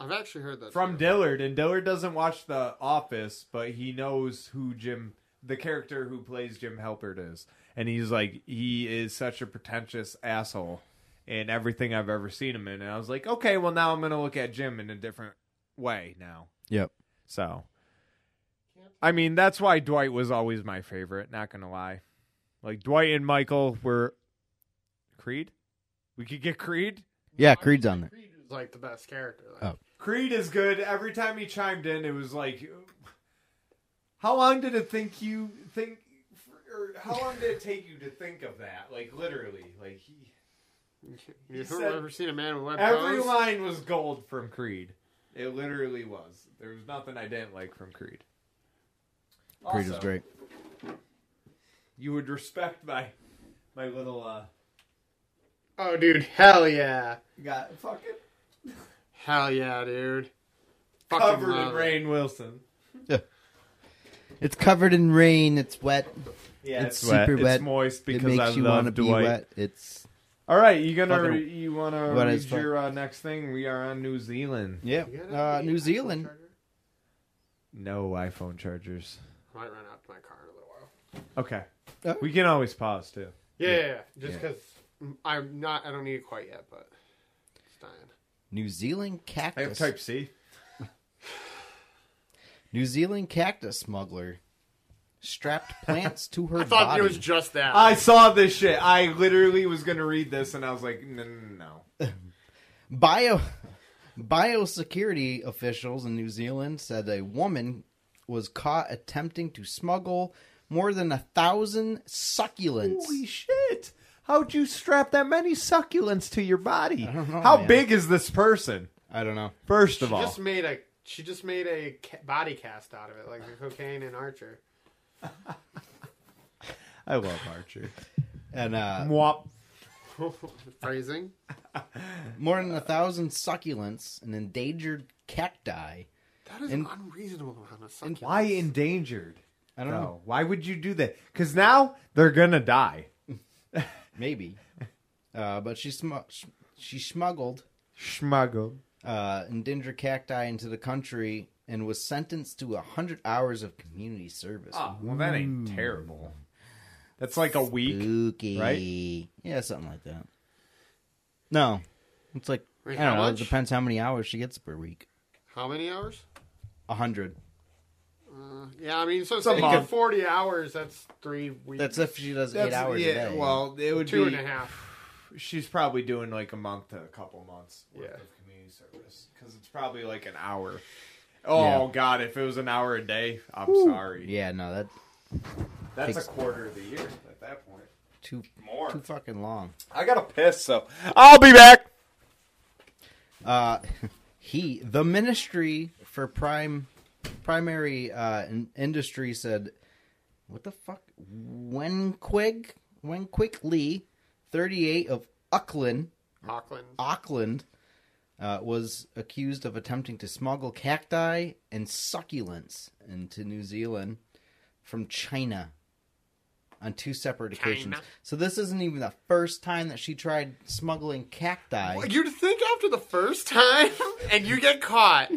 Speaker 4: I've actually heard that
Speaker 3: From
Speaker 4: too.
Speaker 3: Dillard, and Dillard doesn't watch The Office, but he knows who Jim, the character who plays Jim Halpert, is. And he's like, he is such a pretentious asshole in everything I've ever seen him in. And I was like, okay, well, now I'm going to look at Jim in a different way now.
Speaker 2: Yep.
Speaker 3: So, I mean, that's why Dwight was always my favorite. Not gonna lie, like Dwight and Michael were Creed. We could get Creed.
Speaker 2: Yeah, Creed's on there.
Speaker 4: Creed is like the best character. Like,
Speaker 2: Oh.
Speaker 3: Creed is good. Every time he chimed in, it was like, how long did it think you think, or how long did it take you to think of that? Like literally, like he,
Speaker 4: You've
Speaker 3: said-
Speaker 4: ever seen a man with web
Speaker 3: every
Speaker 4: toes?
Speaker 3: line was gold from Creed. It literally was. There was nothing I didn't like from Creed.
Speaker 2: Creed was
Speaker 3: Also-
Speaker 2: great.
Speaker 3: You would respect my my little uh
Speaker 4: Oh, dude, hell yeah,
Speaker 3: got fucking
Speaker 4: hell yeah, dude. Fucking uh,
Speaker 3: covered in
Speaker 4: love it.
Speaker 3: Rain Wilson.
Speaker 2: It's covered in rain. It's wet.
Speaker 3: Yeah,
Speaker 2: It's super wet.
Speaker 3: It's moist because
Speaker 2: it makes
Speaker 3: I
Speaker 2: you
Speaker 3: love
Speaker 2: wanna be
Speaker 3: Dwight.
Speaker 2: wet. It's
Speaker 3: All right, you gonna
Speaker 2: Fucking-
Speaker 3: re- you wanna
Speaker 2: wet as
Speaker 3: read
Speaker 2: fuck.
Speaker 3: your uh, next thing? We are on New Zealand.
Speaker 2: yeah.
Speaker 4: You got
Speaker 2: Uh,
Speaker 4: any
Speaker 2: New
Speaker 4: iPhone
Speaker 2: Zealand.
Speaker 4: charger?
Speaker 3: No iPhone chargers.
Speaker 4: I might run out to my car in a little while.
Speaker 3: Okay,
Speaker 2: Oh.
Speaker 3: we can always pause too.
Speaker 4: Yeah, yeah, yeah. just
Speaker 2: Yeah.
Speaker 4: because I'm not, I don't need it quite yet, but it's dying.
Speaker 2: New Zealand
Speaker 3: I have
Speaker 2: cactus.
Speaker 3: Type C.
Speaker 2: New Zealand cactus smuggler strapped plants to her
Speaker 4: I thought
Speaker 2: body.
Speaker 4: it was just that.
Speaker 3: I saw this shit. I literally was gonna read this, and I was like, no, no, no.
Speaker 2: Bio biosecurity officials in New Zealand said a woman was caught attempting to smuggle more than a thousand succulents.
Speaker 3: Holy shit! How'd you strap that many succulents to your body?
Speaker 2: don't know,
Speaker 3: How
Speaker 2: man.
Speaker 3: big is this person?
Speaker 2: I don't know.
Speaker 3: First
Speaker 4: she
Speaker 3: of all,
Speaker 4: just made a, she just made a ca- body cast out of it, like the cocaine and Archer.
Speaker 3: I love Archer.
Speaker 2: And uh,
Speaker 3: Mwop.
Speaker 4: Phrasing.
Speaker 2: more than a thousand succulents, an endangered cacti.
Speaker 4: That is
Speaker 2: And-
Speaker 4: an unreasonable amount of succulents.
Speaker 3: Why endangered?
Speaker 2: I don't know.
Speaker 3: No. Why would you do that? Because now they're gonna die.
Speaker 2: Maybe. Uh, but she sm- she smuggled
Speaker 3: Schmuggled.
Speaker 2: uh, endangered cacti into the country and was sentenced to 100 hours of community service.
Speaker 3: Oh, well, that ain't terrible. That's like a week.
Speaker 2: Spooky.
Speaker 3: right?
Speaker 2: Yeah, something like that. No. It's like,
Speaker 4: Wait,
Speaker 2: I don't
Speaker 4: how
Speaker 2: know.
Speaker 4: much?
Speaker 2: It depends how many hours she gets per week.
Speaker 4: How many hours?
Speaker 2: 100.
Speaker 4: Uh, yeah, I mean, so
Speaker 3: a
Speaker 4: say you
Speaker 3: month.
Speaker 4: get 40 hours, that's three weeks.
Speaker 2: That's if she does eight hours a day.
Speaker 3: Well, it would
Speaker 4: two
Speaker 3: be.
Speaker 4: and a half.
Speaker 3: She's probably doing like a month to a couple months worth
Speaker 4: Yeah.
Speaker 3: of community service because it's probably like an hour. Oh
Speaker 2: Yeah.
Speaker 3: God! If it was an hour a day, I'm sorry.
Speaker 2: Yeah, no, that's
Speaker 3: That's a
Speaker 2: Takes-
Speaker 3: quarter of the year at that point.
Speaker 2: too,
Speaker 3: More.
Speaker 2: too fucking long.
Speaker 3: I gotta piss, so I'll be back.
Speaker 2: uh, he the ministry for prime primary uh, in- industry said what the fuck wenquig wenquig lee 38 of auckland
Speaker 4: Auckland.
Speaker 2: auckland uh, was accused of attempting to smuggle cacti and succulents into new zealand from china on two separate occasions
Speaker 4: China.
Speaker 2: so this isn't even the first time that she tried smuggling cacti
Speaker 4: You'd think after the first time and you get caught,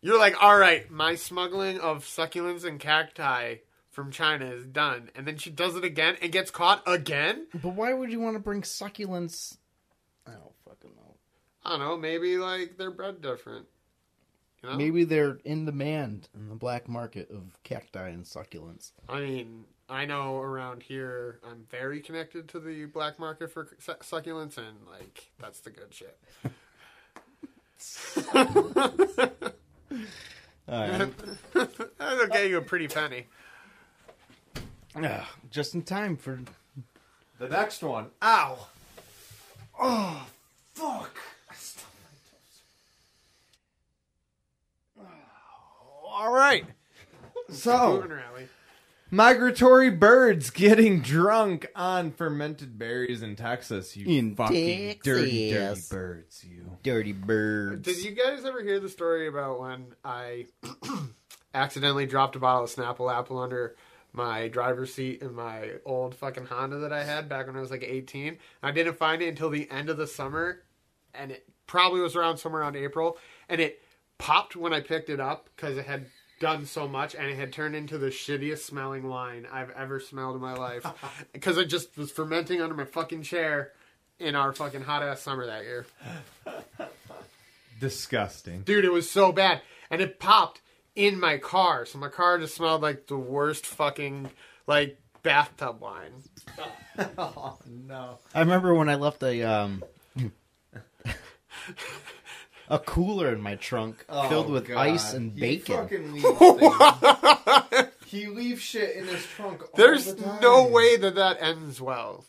Speaker 4: you're like, all right, my smuggling of succulents and cacti from China is done. And then she does it again and gets caught again.
Speaker 2: But why would you want to bring succulents? I don't fucking know.
Speaker 4: I don't know, maybe like they're bred different. You know?
Speaker 2: Maybe they're in demand in the black market of cacti and succulents.
Speaker 4: I mean, I know around here I'm very connected to the black market for su- succulents, and like that's the good shit. That'll get you a pretty penny.
Speaker 2: Ugh, just in time for.
Speaker 3: The next one. Ow. Oh, fuck. I stubbed my toes. All right. So,
Speaker 4: Moving rally.
Speaker 3: migratory birds getting drunk on fermented berries in Texas. You
Speaker 2: In
Speaker 3: fucking dirty, dirty
Speaker 2: Texas.
Speaker 3: birds. You.
Speaker 2: Dirty birds.
Speaker 4: Did you guys ever hear the story about when I accidentally dropped a bottle of Snapple Apple under my driver's seat in my old fucking Honda that I had back when I was like 18? I didn't find it until the end of the summer, and it probably was around somewhere around April, and it popped when I picked it up because it had done so much and it had turned into the shittiest smelling wine I've ever smelled in my life because it just was fermenting under my fucking chair in our fucking hot ass summer that year.
Speaker 3: Disgusting.
Speaker 4: Dude, it was so bad. And it popped in my car. So my car just smelled like the worst fucking like bathtub wine.
Speaker 3: Oh, no.
Speaker 2: I remember when I left a um. A cooler in my trunk
Speaker 4: Oh,
Speaker 2: filled
Speaker 3: Oh,
Speaker 2: with ice and bacon.
Speaker 3: he leaves shit in his trunk.
Speaker 4: There's no way that that ends well.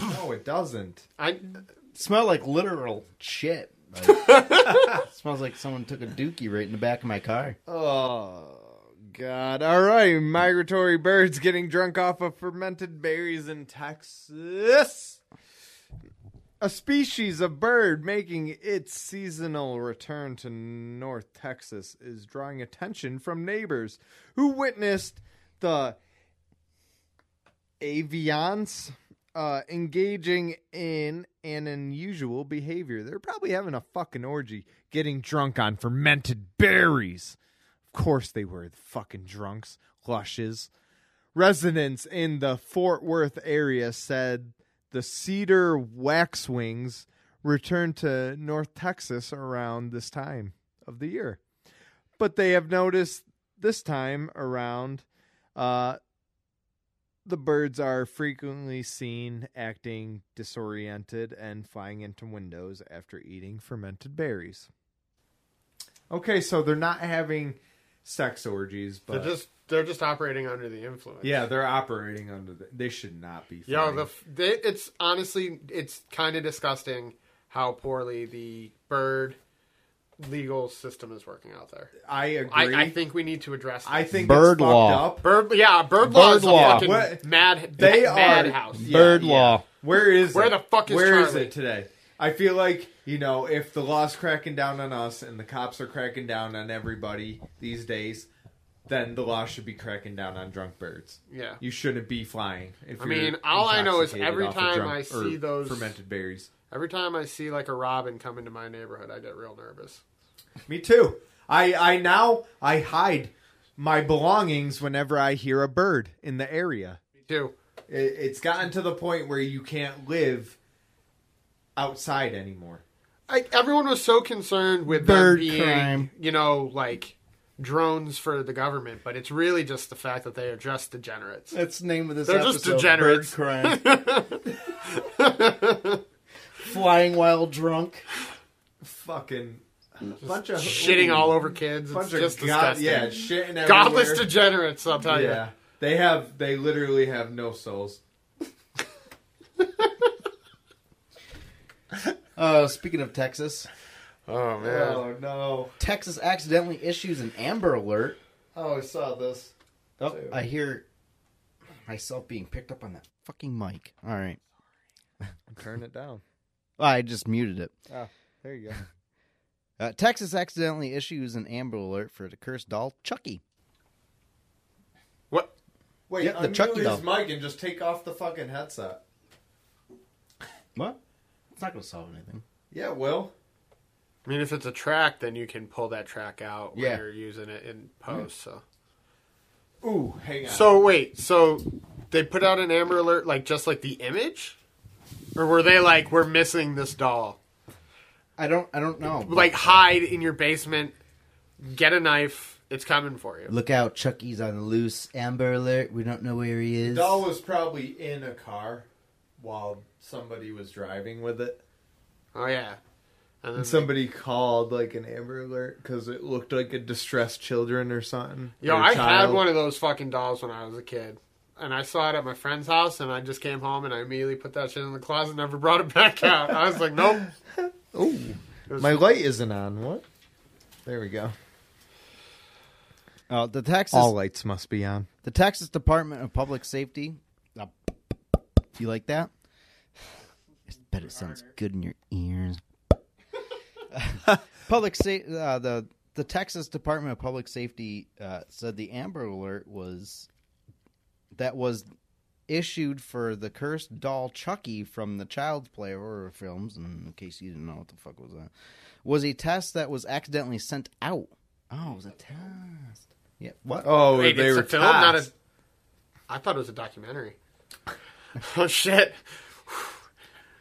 Speaker 3: No, it doesn't.
Speaker 4: I
Speaker 2: Smell like literal shit. Like, smells like someone took a dookie right in the back of my car.
Speaker 3: Oh God. All right. Migratory birds getting drunk off of fermented berries in Texas. A species of bird making its seasonal return to North Texas is drawing attention from neighbors who witnessed the avians uh, engaging in an unusual behavior. They're probably having a fucking orgy, getting drunk on fermented berries. Of course they were fucking drunks, lushes. Residents in the Fort Worth area said the cedar waxwings returned to North Texas around this time of the year. But they have noticed this time around uh, the birds are frequently seen acting disoriented and flying into windows after eating fermented berries. Okay, so they're not having sex orgies, but
Speaker 4: They're just they're just operating under the influence.
Speaker 3: yeah, they're operating under the. They should not be.
Speaker 4: Yo,
Speaker 3: flying.
Speaker 4: the f- they, it's honestly it's kind of disgusting how poorly the bird legal system is working out there.
Speaker 3: I agree.
Speaker 4: I, I think we need to address.
Speaker 3: I
Speaker 4: that.
Speaker 3: think
Speaker 2: Bird
Speaker 3: it's fucked
Speaker 2: law.
Speaker 3: up.
Speaker 4: bird, yeah, bird law
Speaker 2: Bird
Speaker 4: is
Speaker 2: law.
Speaker 4: a fucking
Speaker 3: What-
Speaker 4: mad.
Speaker 3: They
Speaker 4: They
Speaker 3: are-
Speaker 4: madhouse.
Speaker 3: Yeah,
Speaker 2: Bird
Speaker 3: yeah.
Speaker 2: law.
Speaker 3: Where is
Speaker 4: Where
Speaker 3: it?
Speaker 4: the fuck is
Speaker 3: Where is
Speaker 4: Charlie?
Speaker 3: it today? I feel like you know if the law's cracking down on us and the cops are cracking down on everybody these days, then the law should be cracking down on drunk birds.
Speaker 4: Yeah.
Speaker 3: You shouldn't be flying. If
Speaker 4: I
Speaker 3: you're
Speaker 4: mean, all I know is
Speaker 3: intoxicated
Speaker 4: every
Speaker 3: off of
Speaker 4: time
Speaker 3: drunk-
Speaker 4: I see
Speaker 3: or
Speaker 4: those-
Speaker 3: fermented berries.
Speaker 4: Every time I see like a robin come into my neighborhood, I get real nervous.
Speaker 3: Me too. I I now I hide my belongings whenever I hear a bird in the area.
Speaker 4: Me too.
Speaker 3: It, it's gotten to the point where you can't live outside anymore.
Speaker 4: I, everyone was so concerned with
Speaker 2: Bird
Speaker 4: them being,
Speaker 2: crime.
Speaker 4: you know, like drones for the government, but it's really just the fact that they are just degenerates.
Speaker 2: That's the name of this
Speaker 4: They're
Speaker 2: episode.
Speaker 4: just degenerates.
Speaker 2: Bird crime. Flying while drunk.
Speaker 3: Fucking bunch of
Speaker 4: Shitting all over kids. It's
Speaker 3: bunch
Speaker 4: just
Speaker 3: of god,
Speaker 4: disgusting.
Speaker 3: yeah, shitting everywhere.
Speaker 4: Godless degenerates, I'll tell
Speaker 3: Yeah, they have they literally have no souls.
Speaker 2: Uh, speaking of Texas,
Speaker 4: you. Oh, man.
Speaker 3: Oh no!
Speaker 2: Texas accidentally issues an Amber Alert.
Speaker 3: Oh, I saw this.
Speaker 2: Oh, I hear myself being picked up on that fucking mic. All right,
Speaker 3: Turn it down.
Speaker 2: I just muted it.
Speaker 3: There you go.
Speaker 2: Uh, Texas accidentally issues an Amber Alert for the cursed doll Chucky.
Speaker 4: What?
Speaker 3: Wait,
Speaker 2: Yeah, the
Speaker 3: unmute
Speaker 2: Chucky
Speaker 3: his
Speaker 2: doll.
Speaker 3: mic and just take off the fucking headset.
Speaker 2: What? It's not going to solve anything.
Speaker 3: Yeah, Will.
Speaker 4: I mean, if it's a track, then you can pull that track out when
Speaker 2: Yeah.
Speaker 4: you're using it in post. So,
Speaker 3: Ooh, hang on.
Speaker 4: so wait, so they put out an Amber Alert, like just like the image, or were they like, we're missing this doll?
Speaker 2: I don't. I don't know.
Speaker 4: Like, hide in your basement, get a knife, it's coming for you.
Speaker 2: Look out, Chucky's on the loose. Amber Alert. We don't know where he is.
Speaker 3: doll was probably in a car while somebody was driving with it.
Speaker 4: Oh yeah, and then
Speaker 3: And somebody called like an Amber Alert because it looked like a distressed children or something.
Speaker 4: Yo,
Speaker 3: or a
Speaker 4: I had
Speaker 3: child.
Speaker 4: one of those fucking dolls when I was a kid. And I saw it at my friend's house, and I just came home and I immediately put that shit in the closet and never brought it back out. I was like, nope.
Speaker 3: My light isn't on. What? There we go.
Speaker 2: Uh, the Texas.
Speaker 3: All lights must be on.
Speaker 2: The Texas Department of Public Safety. Uh, You like that? It's better. Sounds good in your ears. Public sa- uh, the the Texas Department of Public Safety uh, said the Amber Alert was that was issued for the cursed doll Chucky from the Child's Play horror films. And in case you didn't know what the fuck was that, was a test that was accidentally sent out. Oh, it was a test. Yeah. What?
Speaker 3: Oh,
Speaker 4: Wait,
Speaker 3: they
Speaker 4: it's
Speaker 3: were
Speaker 4: a film, not a.
Speaker 3: fast.
Speaker 4: I thought it was a documentary. oh shit!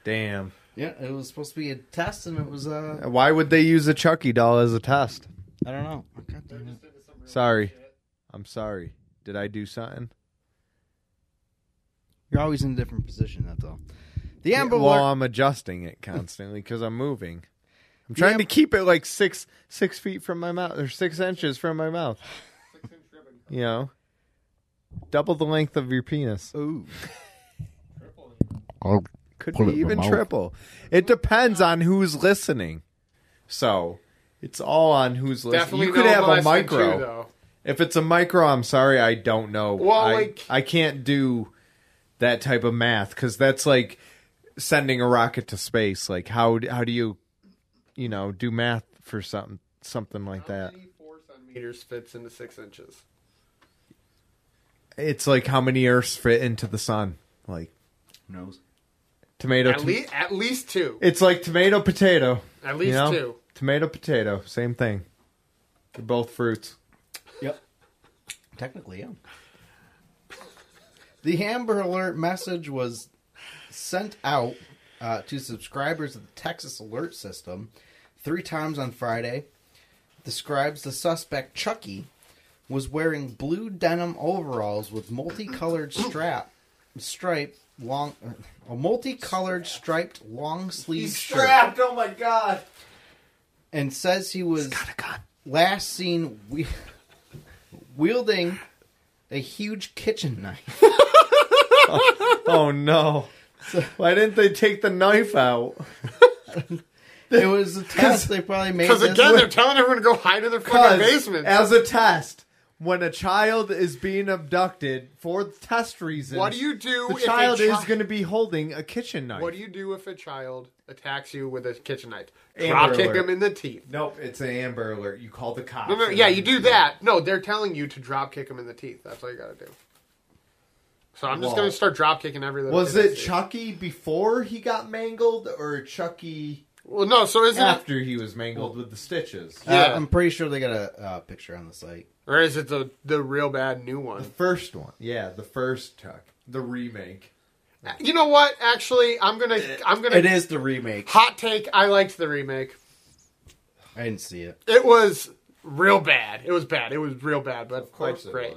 Speaker 3: Damn.
Speaker 2: Yeah, it was supposed to be a test, and it was uh,
Speaker 3: Why would they use a Chucky doll as a test?
Speaker 2: I don't know.
Speaker 3: Sorry. I'm sorry. Did I do something?
Speaker 2: You're always in a different position. That's all. The Amber
Speaker 3: well,
Speaker 2: Alert.
Speaker 3: I'm adjusting it constantly because I'm moving. I'm trying to
Speaker 2: Amber-
Speaker 3: keep it like six six feet from my mouth or six inches from my mouth. You know, double the length of your penis.
Speaker 2: Ooh.
Speaker 3: Could
Speaker 2: Pull
Speaker 3: be
Speaker 2: it from
Speaker 3: even
Speaker 2: out.
Speaker 3: triple. It depends on who's listening. So it's all on who's listening.
Speaker 4: Definitely
Speaker 3: you could
Speaker 4: no
Speaker 3: have a
Speaker 4: molested
Speaker 3: micro.
Speaker 4: too, though.
Speaker 3: If it's a micro, I'm sorry, I don't know.
Speaker 4: Well,
Speaker 3: I,
Speaker 4: like-
Speaker 3: I can't do that type of math because that's like sending a rocket to space. Like how d- how do you you know do math for something something like
Speaker 4: How
Speaker 3: that?
Speaker 4: many four centimeters fits into six inches?
Speaker 3: It's like how many Earths fit into the sun? Like
Speaker 2: Who knows?
Speaker 3: tomato.
Speaker 4: At
Speaker 3: tom-
Speaker 4: least at least two.
Speaker 3: it's like tomato potato.
Speaker 4: At
Speaker 3: you
Speaker 4: least
Speaker 3: know?
Speaker 4: two.
Speaker 3: Tomato potato, same thing. They're both fruits.
Speaker 2: Yep. Technically, yeah. The Amber Alert message was sent out uh, to subscribers of the Texas Alert System three times on Friday. Describes the suspect Chucky was wearing blue denim overalls with multicolored strap, stripe, long, er, a multicolored striped long sleeve shirt,
Speaker 3: Oh my god.
Speaker 2: and says he was last seen we- wielding a huge kitchen knife.
Speaker 3: Oh no. Why didn't they take the knife out?
Speaker 2: It was a test they probably made.
Speaker 4: Because
Speaker 2: this
Speaker 4: again,
Speaker 2: with-
Speaker 4: they're telling everyone to go hide in their fucking
Speaker 3: Because
Speaker 4: basements.
Speaker 3: as a test, when a child is being abducted for test reasons,
Speaker 4: What do you do
Speaker 3: The
Speaker 4: if a
Speaker 3: child is
Speaker 4: chi-
Speaker 3: going to be holding a kitchen knife.
Speaker 4: what do you do if a child attacks you with a kitchen knife?
Speaker 3: Amber
Speaker 4: Drop kick
Speaker 3: alert.
Speaker 4: him in the teeth.
Speaker 3: Nope, it's an Amber Alert. You call the cops.
Speaker 4: No, no,
Speaker 3: and
Speaker 4: yeah,
Speaker 3: then-
Speaker 4: you do that. No, they're telling you to drop kick him in the teeth. That's all you gotta do. So I'm just
Speaker 3: Whoa.
Speaker 4: gonna start drop kicking every little.
Speaker 3: Was
Speaker 4: kid I
Speaker 3: it
Speaker 4: see.
Speaker 3: Chucky before he got mangled, or Chucky
Speaker 4: Well, no. So is it
Speaker 3: after he was mangled with the stitches?
Speaker 2: Ah, Uh,
Speaker 4: yeah.
Speaker 2: I'm pretty sure they got a uh, picture on the site.
Speaker 4: or is it the the real bad new
Speaker 3: The
Speaker 4: one?
Speaker 3: first one, yeah, the first Chuck, the remake.
Speaker 4: Uh, You know what? Actually, I'm gonna I'm gonna
Speaker 2: It is the remake.
Speaker 4: hot take. I liked the remake.
Speaker 2: I didn't see it.
Speaker 4: It was real bad. It was bad. It was real bad, but like, great.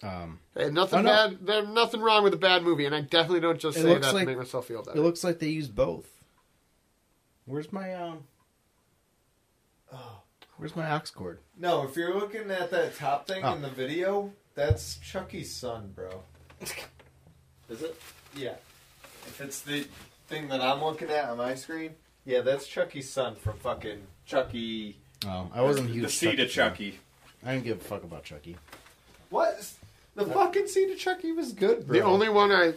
Speaker 2: Um,
Speaker 4: Hey, nothing
Speaker 2: Oh, no.
Speaker 4: bad. There's nothing wrong with a bad movie, and I definitely don't just
Speaker 2: It
Speaker 4: say
Speaker 2: looks
Speaker 4: that
Speaker 2: like-
Speaker 4: to make myself feel better.
Speaker 2: it looks like they used both. Where's my um? oh, Where's my ox cord?
Speaker 3: No, if you're looking at that top thing
Speaker 2: Oh.
Speaker 3: in the video, that's Chucky's son, bro. Is it? Yeah. If it's the thing that I'm looking at on my screen, yeah, that's Chucky's son from fucking Chucky.
Speaker 2: Oh, I wasn't a huge.
Speaker 5: the seed
Speaker 2: fan.
Speaker 4: E.
Speaker 5: of Chucky.
Speaker 2: I didn't give a fuck about E. Chucky.
Speaker 3: What? The fucking scene of Chucky was good, bro.
Speaker 4: the only one I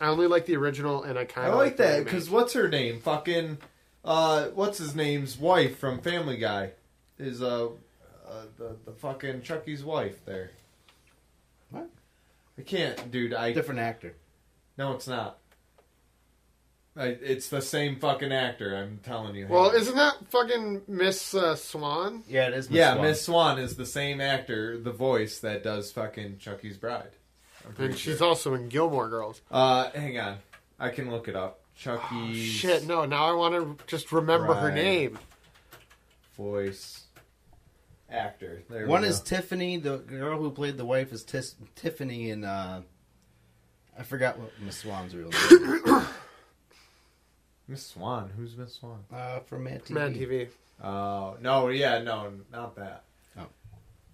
Speaker 4: I only like the original, and I kind
Speaker 3: I
Speaker 4: of
Speaker 3: like
Speaker 4: the
Speaker 3: that
Speaker 4: remake.
Speaker 3: because what's her name? Fucking, uh, what's his name's wife from Family Guy is uh, uh the the fucking Chucky's wife there.
Speaker 2: What?
Speaker 3: I can't, dude. I
Speaker 2: Different actor.
Speaker 3: no, it's not. I, it's the same fucking actor. I'm telling you.
Speaker 4: well, isn't that fucking Miss uh, Swan?
Speaker 2: Yeah, it is. Miss
Speaker 3: yeah,
Speaker 2: Swan.
Speaker 3: Miss Swan is the same actor, the voice that does fucking Chucky's Bride. I'm pretty
Speaker 4: And she's
Speaker 3: sure.
Speaker 4: also in Gilmore Girls.
Speaker 3: Uh, hang on, I can look it up. Chucky's
Speaker 4: Shit, no! Now I want to just remember her
Speaker 3: Right.
Speaker 4: name.
Speaker 3: voice actor. There we
Speaker 2: One
Speaker 3: go.
Speaker 2: is Tiffany. The girl who played the wife is Tis- Tiffany, and uh, I forgot what Miss Swan's real name. is.
Speaker 3: Miss Swan. Who's Miss Swan?
Speaker 2: uh, from Mad TV.
Speaker 4: Man TV.
Speaker 3: Oh no, yeah, no, not that.
Speaker 2: Oh.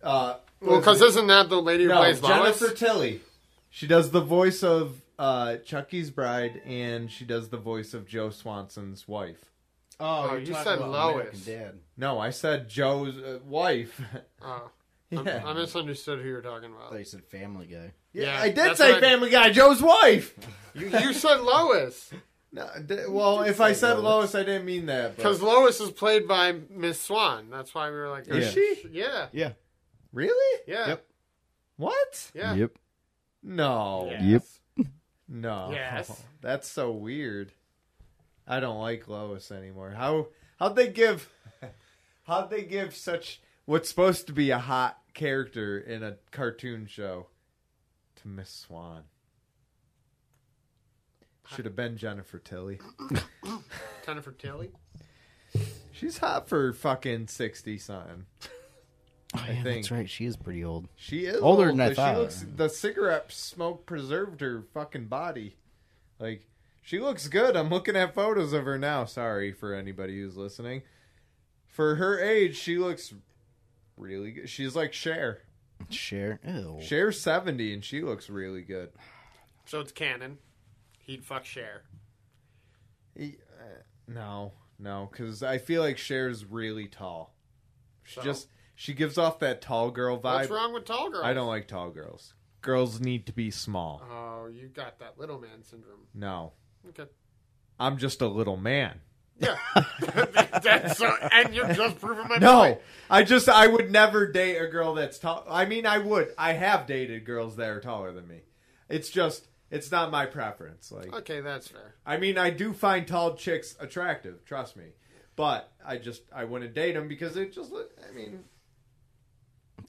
Speaker 3: Uh,
Speaker 4: Well, because
Speaker 3: listen-
Speaker 4: isn't that the lady who
Speaker 3: no,
Speaker 4: plays
Speaker 3: Jennifer
Speaker 4: Lois?
Speaker 3: Tilly. She does the voice of uh, Chucky's bride, and she does the voice of Joe Swanson's wife.
Speaker 2: Oh,
Speaker 4: Oh,
Speaker 2: you're
Speaker 4: you
Speaker 2: talking
Speaker 4: said
Speaker 2: about
Speaker 4: Lois.
Speaker 2: American Dad.
Speaker 3: No, I said Joe's uh, wife.
Speaker 4: Oh, I'm-
Speaker 3: yeah.
Speaker 4: I misunderstood who you're talking
Speaker 2: I thought
Speaker 4: about.
Speaker 2: you said Family Guy.
Speaker 4: yeah,
Speaker 3: I did
Speaker 4: that's
Speaker 3: say
Speaker 4: what I-
Speaker 3: Family Guy, Joe's wife.
Speaker 4: You, you said Lois
Speaker 3: No, d- well, if I said Lois, I didn't mean that. but-
Speaker 4: because Lois is played by Miss Swan. That's why we were like,
Speaker 3: Is
Speaker 4: "Oh,
Speaker 3: she?
Speaker 4: sh- Yeah,
Speaker 2: Yeah.
Speaker 3: really?
Speaker 4: yeah,
Speaker 2: Yep.
Speaker 3: What?
Speaker 4: yeah.
Speaker 2: Yep.
Speaker 3: No.
Speaker 2: Yep.
Speaker 3: No.
Speaker 4: Yes.
Speaker 3: That's so weird. I don't like Lois anymore. How how'd they give how'd they give such what's supposed to be a hot character in a cartoon show to Miss Swan? Should have been Jennifer Tilly.
Speaker 4: Jennifer Tilly.
Speaker 3: She's hot for fucking sixty something.
Speaker 2: Oh, yeah,
Speaker 3: think.
Speaker 2: that's right. She is pretty old.
Speaker 3: She is
Speaker 2: Older
Speaker 3: old,
Speaker 2: than I
Speaker 3: but
Speaker 2: thought.
Speaker 3: She looks the cigarette smoke preserved her fucking body. Like she looks good. I'm looking at photos of her now. Sorry for anybody who's listening. For her age, she looks really good. She's like Cher.
Speaker 2: Share. Ew.
Speaker 3: Cher's 70 and she looks really good.
Speaker 4: So it's canon. He'd fuck Cher.
Speaker 3: E- uh, No, no, because I feel like Cher's really tall. She
Speaker 4: So?
Speaker 3: just She gives off that tall girl vibe.
Speaker 4: What's wrong with tall girls?
Speaker 3: I don't like tall girls. Girls need to be small.
Speaker 4: Oh, you got that little man syndrome.
Speaker 3: No,
Speaker 4: Okay.
Speaker 3: I'm just a little man.
Speaker 4: Yeah. That's so, and you're just proving my
Speaker 3: No,
Speaker 4: point.
Speaker 3: I just I would never date a girl that's tall. I mean, I would. I have dated girls that are taller than me. It's just it's not my preference. Like
Speaker 4: Okay, that's fair.
Speaker 3: I mean, I do find tall chicks attractive. Trust me. But I just I wouldn't date them because it just look. I mean,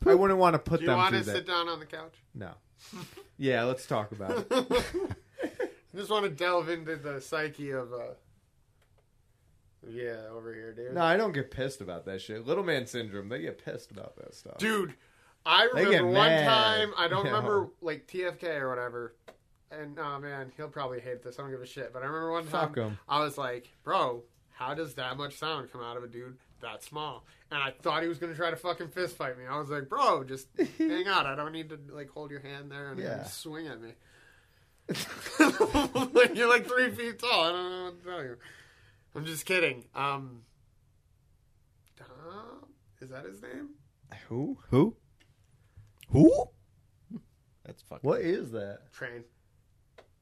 Speaker 3: I wouldn't want to put
Speaker 4: Do you
Speaker 3: them
Speaker 4: want
Speaker 3: through
Speaker 4: to
Speaker 3: that.
Speaker 4: sit down on the couch?
Speaker 3: No. Yeah, let's talk about it.
Speaker 4: I just want to delve into the psyche of, uh, yeah, over here, dude.
Speaker 3: No, I don't get pissed about that shit. Little man syndrome, they get pissed about that stuff.
Speaker 4: Dude, I
Speaker 3: They
Speaker 4: remember
Speaker 3: get
Speaker 4: one
Speaker 3: mad.
Speaker 4: time, I don't
Speaker 3: No.
Speaker 4: remember, like, TFK or whatever. And, oh, man, he'll probably hate this. I don't give a shit. But I remember one time,
Speaker 3: Fuck 'em.
Speaker 4: I was like, bro, how does that much sound come out of a dude that small? And I thought he was going to try to fucking fist fight me. I was like, bro, just hang out. I don't need to, like, hold your hand there and
Speaker 3: Yeah.
Speaker 4: swing at me. Like, You're like three feet tall. I don't know what to tell you. I'm just kidding. Um, Tom? Is that his name?
Speaker 3: Who?
Speaker 2: Who? Who? That's fucking.
Speaker 3: What is that?
Speaker 4: Train.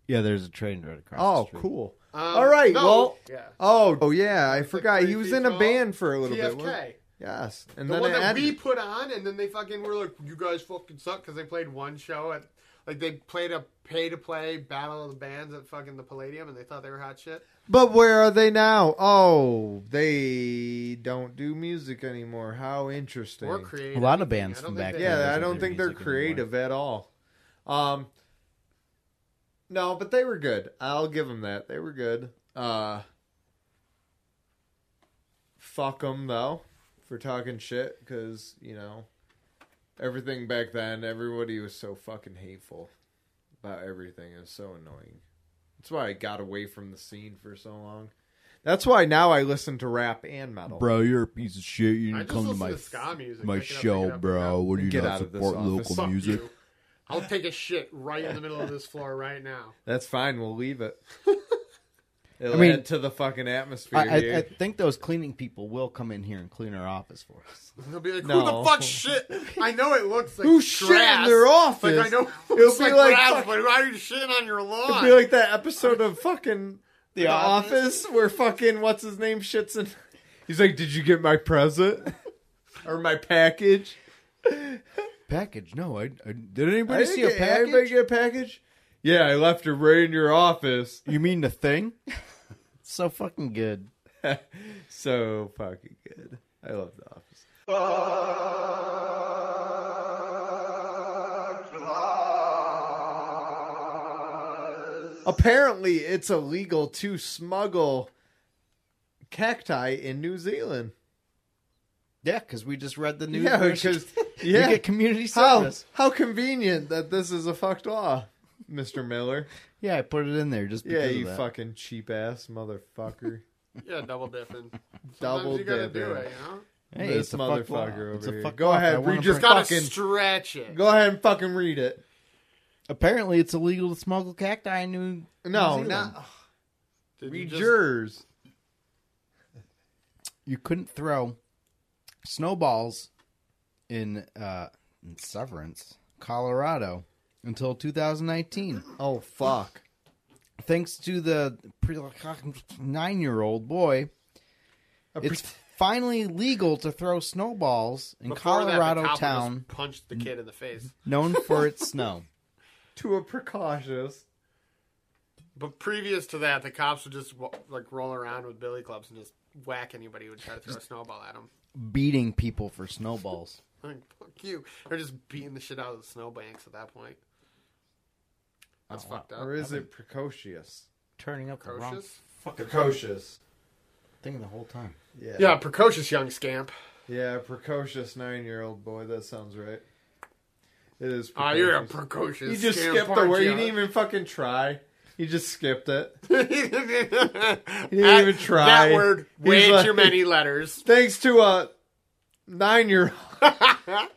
Speaker 2: Yeah, there's a train right across. the
Speaker 3: Oh,
Speaker 2: street.
Speaker 3: cool.
Speaker 4: Um,
Speaker 3: All right, well-
Speaker 4: yeah.
Speaker 3: Oh, oh yeah, I
Speaker 4: Like
Speaker 3: forgot.
Speaker 4: three
Speaker 3: He was
Speaker 4: feet
Speaker 3: in a
Speaker 4: tall.
Speaker 3: band for a little bit. wasn't
Speaker 4: TFK.
Speaker 3: he? Yes, and
Speaker 4: The
Speaker 3: then
Speaker 4: one
Speaker 3: it
Speaker 4: that
Speaker 3: ended.
Speaker 4: we put on, and then they fucking were like, "You guys fucking suck" because they played one show at, like, they played a pay-to-play battle of the bands at fucking the Palladium, and they thought they were hot shit.
Speaker 3: But where are they now? Oh, they don't do music anymore. How interesting.
Speaker 4: Or creative.
Speaker 2: A lot of bands
Speaker 4: I don't
Speaker 2: from
Speaker 4: think
Speaker 2: back
Speaker 4: they-
Speaker 2: then.
Speaker 3: yeah, I
Speaker 2: doesn't
Speaker 3: don't
Speaker 2: do
Speaker 3: think they're
Speaker 2: music anymore.
Speaker 3: creative at all. Um, no, but they were good. I'll give them that. They were good. Uh, fuck them though for talking shit because you know everything back then. Everybody was so fucking hateful about everything. It was so annoying. That's why I got away from the scene for so long. That's why now I listen to rap and metal.
Speaker 5: Bro, you're a piece of shit. You
Speaker 4: I just
Speaker 5: didn't come to
Speaker 4: listen
Speaker 5: my
Speaker 4: to ska music.
Speaker 5: my
Speaker 4: Pick it up, pick
Speaker 5: show,
Speaker 4: it up, pick it
Speaker 5: bro.
Speaker 4: up.
Speaker 5: What do you
Speaker 3: Get
Speaker 5: not
Speaker 3: out of this
Speaker 5: support
Speaker 3: office.
Speaker 5: local
Speaker 4: Fuck
Speaker 5: music?
Speaker 4: you. I'll take a shit right in the middle of this floor right now.
Speaker 3: That's fine. We'll leave it. It'll
Speaker 2: I mean-
Speaker 3: add to the fucking atmosphere.
Speaker 2: I,
Speaker 3: dude.
Speaker 2: I, I think those cleaning people will come in here and clean our office for us.
Speaker 4: They'll be like, "Who
Speaker 3: No.
Speaker 4: the fuck shit?" I know it looks like
Speaker 3: Who shit in
Speaker 4: grass.
Speaker 3: their office?
Speaker 4: Like I know it
Speaker 3: It'll
Speaker 4: looks
Speaker 3: be
Speaker 4: like,
Speaker 3: like
Speaker 4: grass,
Speaker 3: fuck-
Speaker 4: but why are you shitting on your lawn?
Speaker 3: It'd be like that episode of fucking The,
Speaker 2: Office?
Speaker 3: office. where fucking what's his name shits and he's like, "Did you get my present or my package?
Speaker 2: Package? No, I, I did anybody
Speaker 3: didn't
Speaker 2: see a
Speaker 3: get-
Speaker 2: package?
Speaker 3: Anybody get a package? Yeah, I left it right in your office.
Speaker 2: You mean the thing? so fucking good.
Speaker 3: so fucking good. I love The Office. Apparently, it's illegal to smuggle cacti in New Zealand.
Speaker 2: Yeah, because we just read the news.
Speaker 3: Yeah,
Speaker 2: version.
Speaker 3: 'cause- yeah.
Speaker 2: you get community
Speaker 3: How,
Speaker 2: service.
Speaker 3: how convenient that this is a fucked law, Mr. Miller.
Speaker 2: Yeah, I put it in there just because
Speaker 3: Yeah, you
Speaker 2: of that.
Speaker 3: fucking cheap ass motherfucker.
Speaker 4: Yeah, double dipping.
Speaker 3: Double
Speaker 4: Sometimes you gotta
Speaker 3: dipping.
Speaker 4: do it, you know?
Speaker 2: Hey,
Speaker 3: this
Speaker 2: it's a fuck law.
Speaker 3: motherfucker
Speaker 2: It's
Speaker 3: over
Speaker 2: a
Speaker 3: here.
Speaker 2: fuck
Speaker 3: Go
Speaker 2: law.
Speaker 3: ahead,
Speaker 2: I
Speaker 3: read
Speaker 2: wanna
Speaker 3: your
Speaker 2: break-
Speaker 4: Gotta
Speaker 3: Fucking-
Speaker 4: stretch it.
Speaker 3: Go ahead and fucking read it.
Speaker 2: Apparently, it's illegal to smuggle cacti in New.
Speaker 3: No,
Speaker 2: New Zealand.
Speaker 3: not
Speaker 4: Did you
Speaker 3: read
Speaker 4: just-
Speaker 3: yours.
Speaker 2: You couldn't throw snowballs in, uh, in Severance, Colorado, until 2019.
Speaker 3: Oh fuck.
Speaker 2: thanks to the pre- nine-year-old boy, it's finally legal to throw snowballs in
Speaker 4: Before that, the
Speaker 2: Colorado
Speaker 4: cop would
Speaker 2: town
Speaker 4: just Punched the kid in the
Speaker 3: Mm.
Speaker 4: face.
Speaker 2: known for its snow.
Speaker 3: to a precautious.
Speaker 4: But previous to that, the cops would just wa- like roll around with billy clubs and just whack anybody who would try to throw a snowball at them.
Speaker 2: Beating people for snowballs.
Speaker 4: Like, fuck you. They're just beating the shit out of the snowbanks at that point. That's fucked up.
Speaker 3: Or Oh, is it precocious?
Speaker 2: Turning up the wrong
Speaker 4: precocious?
Speaker 3: Precocious.
Speaker 2: thing the whole time.
Speaker 3: Yeah.
Speaker 4: Yeah, precocious young scamp.
Speaker 3: Yeah, precocious nine year old boy. That sounds right. It is
Speaker 4: Ah, you're a precocious.
Speaker 3: You just
Speaker 4: scamp,
Speaker 3: skipped the
Speaker 4: aren't
Speaker 3: word. You
Speaker 4: ya?
Speaker 3: didn't even fucking try. You just skipped it.
Speaker 4: you didn't
Speaker 3: didn't even try.
Speaker 4: That word,
Speaker 3: He's
Speaker 4: way
Speaker 3: like-
Speaker 4: too many letters.
Speaker 3: Thanks to a nine year old.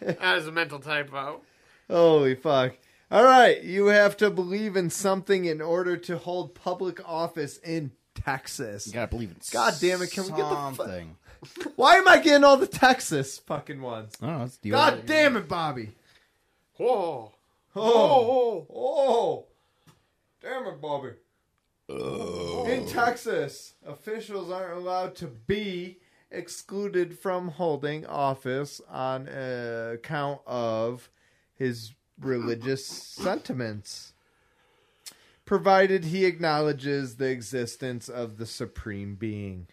Speaker 4: That is a mental typo.
Speaker 3: Holy fuck. All right. You have to believe in something in order to hold public office in Texas.
Speaker 2: You gotta believe in
Speaker 3: God damn it, can we get the fu-
Speaker 2: something.
Speaker 3: Why am I getting all the Texas fucking ones?
Speaker 2: I don't know. It's deodorant.
Speaker 3: God damn it, Bobby.
Speaker 4: Whoa.
Speaker 3: Oh,
Speaker 4: Oh.
Speaker 3: oh. Damn it, Bobby.
Speaker 2: Oh.
Speaker 3: In Texas, officials aren't allowed to be excluded from holding office on uh, account of his religious sentiments, provided he acknowledges the existence of the supreme being.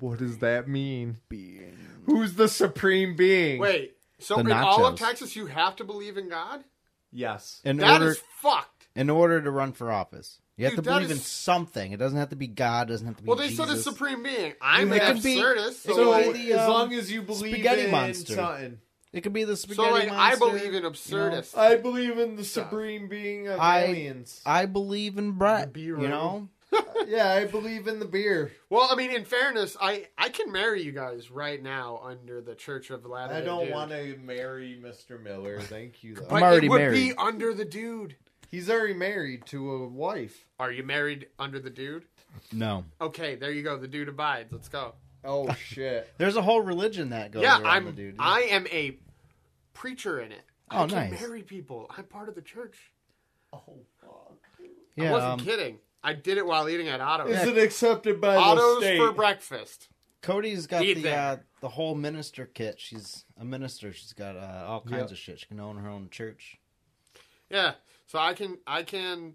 Speaker 3: What does that mean? Being. Who's the supreme being?
Speaker 4: Wait. So
Speaker 2: The
Speaker 4: in all of
Speaker 2: nachos.
Speaker 4: Texas, you have to believe in God?
Speaker 3: Yes.
Speaker 2: In
Speaker 4: That is
Speaker 2: order,
Speaker 4: fucked.
Speaker 2: in order to run for office, you have
Speaker 4: Dude,
Speaker 2: to
Speaker 4: that
Speaker 2: believe in
Speaker 4: is-
Speaker 2: something. It doesn't have to be God. Doesn't have to be.
Speaker 4: Well, they said it's
Speaker 2: Jesus.
Speaker 4: supreme being. I'm
Speaker 2: It
Speaker 4: an
Speaker 2: could be-
Speaker 4: absurdist.
Speaker 2: it
Speaker 4: So,
Speaker 2: could
Speaker 4: like,
Speaker 2: be the, um,
Speaker 3: as you
Speaker 2: spaghetti monster. It could be the
Speaker 4: so
Speaker 2: spaghetti
Speaker 4: like, I
Speaker 2: monster,
Speaker 4: believe
Speaker 2: you
Speaker 4: in
Speaker 2: know?
Speaker 4: absurdists.
Speaker 3: I believe in the supreme being of
Speaker 2: I-
Speaker 3: aliens.
Speaker 2: I believe in Brett.
Speaker 4: Be
Speaker 2: You
Speaker 4: rude.
Speaker 2: know,
Speaker 3: yeah, I believe in the beer.
Speaker 4: Well, I mean, in fairness, I I can marry you guys right now under the Church of Latter.
Speaker 3: I don't want to marry Mr. Miller. Thank you. Though.
Speaker 4: But
Speaker 2: already
Speaker 4: it would
Speaker 2: married.
Speaker 4: be under the dude.
Speaker 3: He's already married to a wife.
Speaker 4: Are you married under the dude?
Speaker 2: no.
Speaker 4: Okay, there you go. The dude abides. Let's go.
Speaker 3: Oh shit!
Speaker 2: There's a whole religion that goes
Speaker 4: yeah,
Speaker 2: around the
Speaker 4: I'm.
Speaker 2: dude.
Speaker 4: I am a preacher in it.
Speaker 2: Oh,
Speaker 4: I can
Speaker 2: nice.
Speaker 4: marry people. I'm part of the church. I
Speaker 2: yeah,
Speaker 4: wasn't
Speaker 2: um,
Speaker 4: kidding. I did it while eating at Otto's.
Speaker 3: Is it accepted by the
Speaker 4: Otto's
Speaker 3: state?
Speaker 4: for breakfast.
Speaker 2: Cody's got
Speaker 4: Eat
Speaker 2: the
Speaker 4: that.
Speaker 2: uh, the whole minister kit. She's a minister. She's got uh, all kinds of shit. She can own her own church.
Speaker 4: Yeah. So I can I can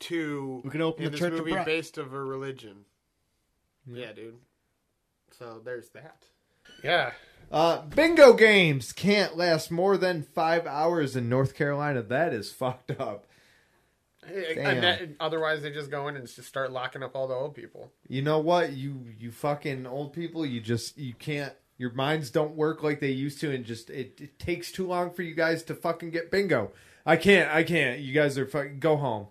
Speaker 4: to
Speaker 2: We can open
Speaker 4: in
Speaker 2: the
Speaker 4: this
Speaker 2: church of
Speaker 4: movie
Speaker 2: Brett.
Speaker 4: based of a religion. Yeah, dude. So there's that. Yeah.
Speaker 3: uh, bingo games can't last more than five hours in North Carolina. That is fucked up. Damn.
Speaker 4: And that, otherwise, they just go in and just start locking up all the old people.
Speaker 3: You know what? You you fucking old people. You just you can't. Your minds don't work like they used to, and just it, it takes too long for you guys to fucking get bingo. I can't. I can't. You guys are fucking go home.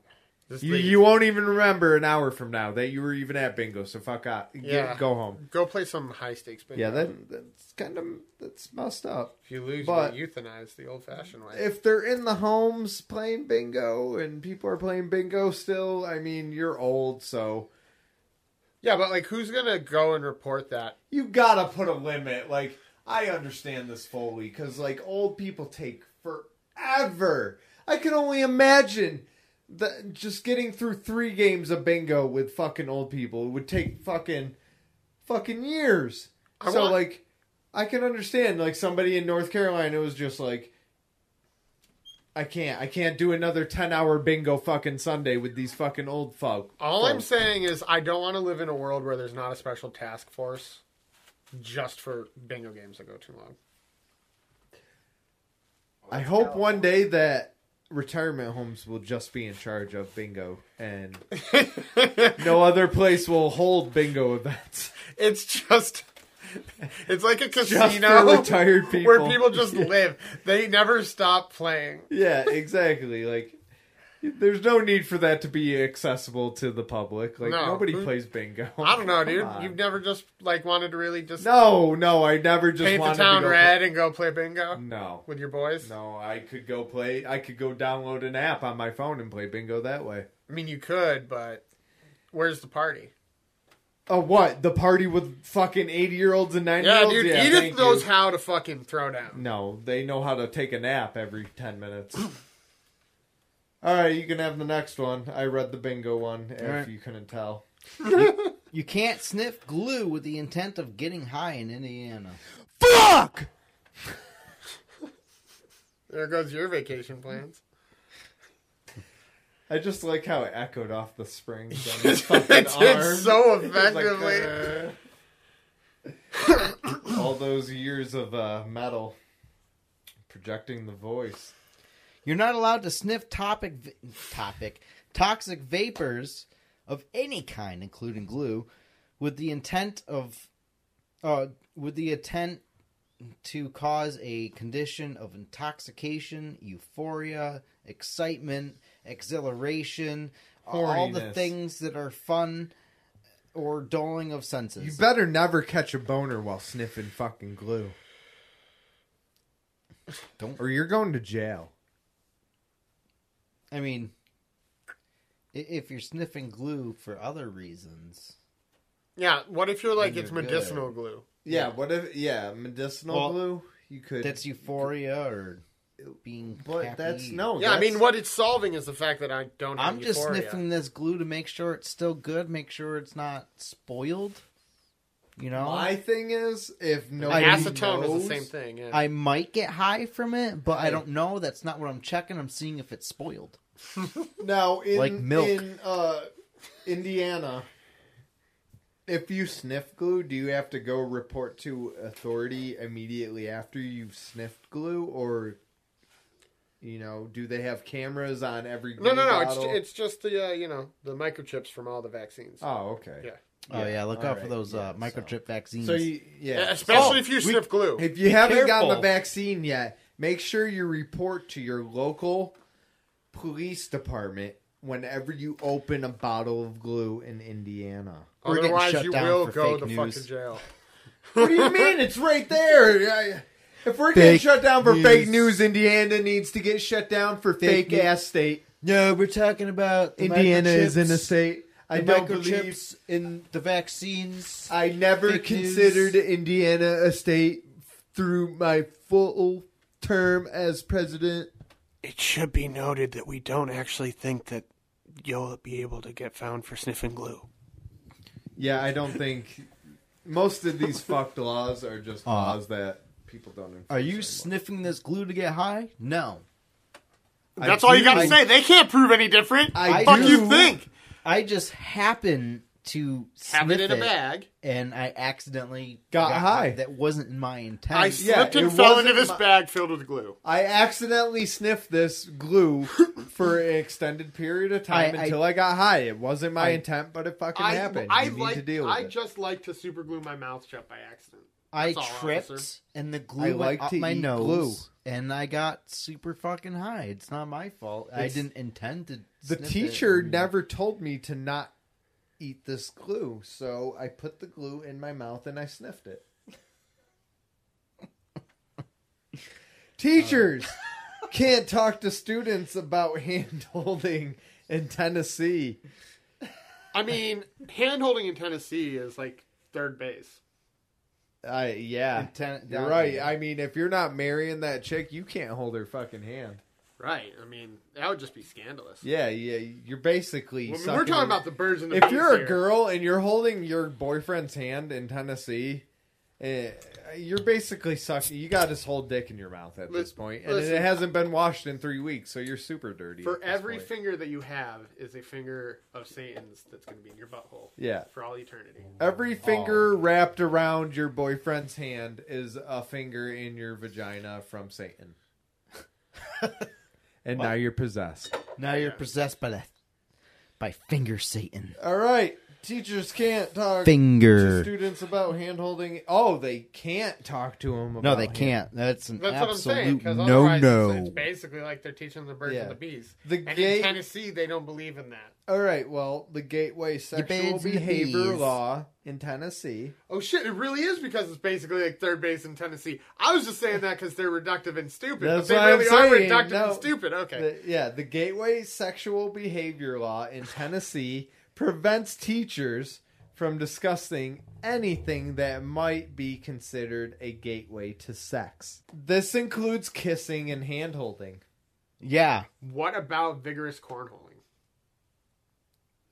Speaker 4: This
Speaker 3: You,
Speaker 4: league-
Speaker 3: you won't even remember an hour from now that you were even at bingo. So fuck out. Get-
Speaker 4: Yeah.
Speaker 3: go home.
Speaker 4: go play some high stakes. Bingo.
Speaker 3: Yeah, that that's kind of that's messed up.
Speaker 4: if you lose,
Speaker 3: but-
Speaker 4: you get euthanized the old fashioned way.
Speaker 3: If they're in the homes playing bingo and people are playing bingo still, I mean, you're old, so
Speaker 4: yeah, but like, who's gonna go and report that?
Speaker 3: you gotta put a limit. Like I understand this fully because like old people take forever. I can only imagine the just getting through three games of bingo with fucking old people. It would take fucking fucking years.
Speaker 4: I
Speaker 3: so
Speaker 4: want-
Speaker 3: like I can understand like somebody in North Carolina was just like. I can't. I can't do another ten-hour bingo fucking Sunday with these fucking old folk.
Speaker 4: All I'm
Speaker 3: folk.
Speaker 4: saying is, I don't want to live in a world where there's not a special task force just for bingo games that go too long.
Speaker 3: I hope one day that retirement homes will just be in charge of bingo and no other place will hold bingo events.
Speaker 4: It's just. It's like a
Speaker 3: Just
Speaker 4: casino
Speaker 3: for retired people.
Speaker 4: where people just live. They never stop playing.
Speaker 3: Yeah, exactly. Like there's no need for that to be accessible to the public. Like
Speaker 4: No.
Speaker 3: nobody
Speaker 4: Who-
Speaker 3: plays bingo.
Speaker 4: I don't know,
Speaker 3: Come
Speaker 4: dude.
Speaker 3: on.
Speaker 4: You've never just like wanted to really just
Speaker 3: No, no, I never just
Speaker 4: paint the
Speaker 3: wanted
Speaker 4: town
Speaker 3: to go
Speaker 4: red and go play bingo
Speaker 3: Play... No.
Speaker 4: with your boys.
Speaker 3: No, I could go play I could go download an app on my phone and play bingo that way.
Speaker 4: I mean, you could, but where's the party?
Speaker 3: Oh what? The party with fucking 80-year-olds and 90-year-olds?
Speaker 4: Yeah, dude.
Speaker 3: thank
Speaker 4: Edith knows
Speaker 3: you.
Speaker 4: how to fucking throw down.
Speaker 3: No, they know how to take a nap every 10 minutes. All right, you can have the next one. I read the bingo one, if
Speaker 2: right.
Speaker 3: you couldn't tell.
Speaker 2: You can't sniff glue with the intent of getting high in Indiana.
Speaker 3: Fuck!
Speaker 4: There goes your vacation plans.
Speaker 3: I just like how it echoed off the springs on his
Speaker 4: it
Speaker 3: fucking
Speaker 4: did
Speaker 3: arm.
Speaker 4: so
Speaker 3: It was like,
Speaker 4: effectively.
Speaker 3: uh, all those years of uh, metal projecting the voice.
Speaker 2: You're not allowed to sniff topic v- topic toxic vapors of any kind, including glue, with the intent of uh, with the intent to cause a condition of intoxication, euphoria, excitement, exhilaration, all the
Speaker 3: Horniness.
Speaker 2: things that are fun or dulling of senses.
Speaker 3: You better never catch a boner while sniffing fucking glue.
Speaker 2: Don't-
Speaker 3: Or you're going to jail.
Speaker 2: I mean, i- if you're sniffing glue for other reasons,
Speaker 4: yeah. What if you're like
Speaker 2: Then
Speaker 4: it's
Speaker 2: you're
Speaker 4: medicinal glue?
Speaker 3: Yeah, what if yeah, medicinal
Speaker 2: Well,
Speaker 3: blue? You could
Speaker 2: That's euphoria or being.
Speaker 3: but
Speaker 2: happy.
Speaker 3: that's no.
Speaker 4: Yeah, I
Speaker 3: that's-
Speaker 4: mean, what it's solving is the fact that I don't. Have
Speaker 2: I'm just
Speaker 4: euphoria.
Speaker 2: sniffing this glue to make sure it's still good, make sure it's not spoiled. You know,
Speaker 3: my thing is if no
Speaker 4: Acetone is the same thing. Yeah.
Speaker 2: I might get high from it, but I don't know. That's not what I'm checking. I'm seeing if it's spoiled.
Speaker 3: Now in
Speaker 2: Like milk.
Speaker 3: in uh, Indiana, if you sniff glue, do you have to go report to authority immediately after you've sniffed glue, or you know, do they have cameras on every?
Speaker 4: no,
Speaker 3: Glue
Speaker 4: no, no. It's
Speaker 3: bottle?
Speaker 4: it's just the uh, you know the microchips from all the vaccines.
Speaker 3: oh okay.
Speaker 4: Yeah.
Speaker 2: oh yeah, look
Speaker 3: all
Speaker 2: out for
Speaker 3: right,
Speaker 2: those uh,
Speaker 3: yeah,
Speaker 2: microchip vaccines.
Speaker 3: So you yeah, Oh,
Speaker 4: Especially
Speaker 3: So,
Speaker 4: if you
Speaker 3: we-
Speaker 4: sniff glue.
Speaker 3: If you haven't gotten the
Speaker 2: Careful.
Speaker 3: vaccine yet, make sure you report to your local police department whenever you open a bottle of glue in Indiana.
Speaker 2: we're getting
Speaker 4: Otherwise,
Speaker 2: shut
Speaker 4: you
Speaker 2: down
Speaker 4: will
Speaker 2: for
Speaker 4: go
Speaker 2: fake
Speaker 4: to
Speaker 2: news.
Speaker 4: fucking jail.
Speaker 3: What do you mean? It's right there. I- If we're getting
Speaker 2: Fake
Speaker 3: shut down for
Speaker 2: news.
Speaker 3: fake news, Indiana needs to get shut down for fake,
Speaker 2: Fake news.
Speaker 3: ass state.
Speaker 2: no, we're talking about the
Speaker 3: Indiana is
Speaker 2: microchips,
Speaker 3: in a state. I
Speaker 2: the
Speaker 3: don't believe.
Speaker 2: microchips in the vaccines.
Speaker 3: I never
Speaker 2: Fake news.
Speaker 3: considered Indiana a state through my full term as president.
Speaker 5: It should be noted that we don't actually think that you'll be able to get found for sniffing glue.
Speaker 3: Yeah, I don't think most of these fucked laws are just laws that people don't. Enforce
Speaker 2: Uh, Are you
Speaker 3: anymore.
Speaker 2: sniffing this glue to get high? No.
Speaker 3: I
Speaker 4: That's all you
Speaker 3: do-
Speaker 4: got to
Speaker 3: I-
Speaker 4: say. They can't prove any different.
Speaker 3: I
Speaker 4: Fuck
Speaker 3: do-
Speaker 4: you think?
Speaker 2: I just happen to
Speaker 4: Have
Speaker 2: sniff
Speaker 4: it in a bag.
Speaker 2: and I accidentally
Speaker 3: Got high.
Speaker 2: That wasn't in my intent.
Speaker 4: I
Speaker 3: yeah,
Speaker 4: slipped
Speaker 3: it
Speaker 4: and fell into
Speaker 3: wasn't
Speaker 4: this
Speaker 3: my-
Speaker 4: bag filled with glue.
Speaker 3: I accidentally sniffed this glue for an extended period of time
Speaker 2: I- I-
Speaker 3: until I, got high. It wasn't my
Speaker 2: I-
Speaker 3: intent, but it fucking happened.
Speaker 4: I
Speaker 3: you need
Speaker 4: like.
Speaker 3: to deal with
Speaker 4: I
Speaker 3: it.
Speaker 4: just like to super glue my mouth shut by accident.
Speaker 2: I
Speaker 4: That's all,
Speaker 2: tripped
Speaker 4: officer.
Speaker 2: and the
Speaker 3: I
Speaker 2: glue
Speaker 3: like
Speaker 2: went up
Speaker 3: to
Speaker 2: my
Speaker 3: eat
Speaker 2: nose
Speaker 3: glue.
Speaker 2: and I got super fucking high. It's not my fault. I
Speaker 3: It's-
Speaker 2: didn't intend to.
Speaker 3: the
Speaker 2: sniff it.
Speaker 3: teacher never told me to not eat this glue, so I put the glue in my mouth and I sniffed it. Teachers can't talk to students about hand holding in Tennessee.
Speaker 4: I mean, hand holding in Tennessee is like third base.
Speaker 3: I yeah,
Speaker 2: In Ten-
Speaker 3: you're
Speaker 2: down
Speaker 3: right.
Speaker 2: there.
Speaker 3: I mean, if you're not marrying that chick, you can't hold her fucking hand.
Speaker 4: Right. I mean, that would just be scandalous.
Speaker 3: Yeah, yeah. You're basically.
Speaker 4: Well, I mean, we're
Speaker 3: sucking
Speaker 4: talking
Speaker 3: her-
Speaker 4: about the birds and the
Speaker 3: If
Speaker 4: bees
Speaker 3: you're
Speaker 4: here.
Speaker 3: a girl and you're holding your boyfriend's hand in Tennessee, eh, you're basically sucking. You got his whole dick in your mouth at this
Speaker 4: Lis-
Speaker 3: point, and
Speaker 4: listen.
Speaker 3: it hasn't been washed in three weeks, so you're super dirty.
Speaker 4: For
Speaker 3: at this
Speaker 4: every
Speaker 3: point.
Speaker 4: finger that you have is a finger of Satan's that's going to be in your butthole
Speaker 3: yeah,
Speaker 4: for all eternity.
Speaker 3: every finger
Speaker 2: Oh.
Speaker 3: wrapped around your boyfriend's hand is a finger in your vagina from Satan. and now you're possessed.
Speaker 2: Now you're possessed by the by finger Satan.
Speaker 3: All right, teachers can't talk. to
Speaker 2: Finger.
Speaker 3: students about hand holding. Oh, they can't talk to them. About
Speaker 2: No, they
Speaker 3: hand-
Speaker 2: can't. That's an
Speaker 4: That's what I'm saying.
Speaker 2: absolute
Speaker 4: Because
Speaker 2: no
Speaker 4: otherwise,
Speaker 2: no.
Speaker 4: it's, it's basically like they're teaching the birds
Speaker 3: Yeah.
Speaker 4: and the bees.
Speaker 3: The
Speaker 4: and
Speaker 3: gay-
Speaker 4: in Tennessee, they don't believe in that.
Speaker 3: All right. Well, the Gateway Sexual
Speaker 2: birds and the
Speaker 3: Behavior
Speaker 2: bees.
Speaker 3: Law in Tennessee.
Speaker 4: Oh shit! It really is because it's basically like third base in Tennessee. I was just saying that because they're reductive and stupid.
Speaker 3: That's
Speaker 4: but they
Speaker 3: what I'm
Speaker 4: really are
Speaker 3: saying,
Speaker 4: reductive
Speaker 3: no.
Speaker 4: and stupid. Okay.
Speaker 3: The, yeah, the Gateway Sexual Behavior Law in Tennessee prevents teachers from discussing anything that might be considered a gateway to sex. This includes kissing and hand holding.
Speaker 2: Yeah.
Speaker 4: What about vigorous cornholing?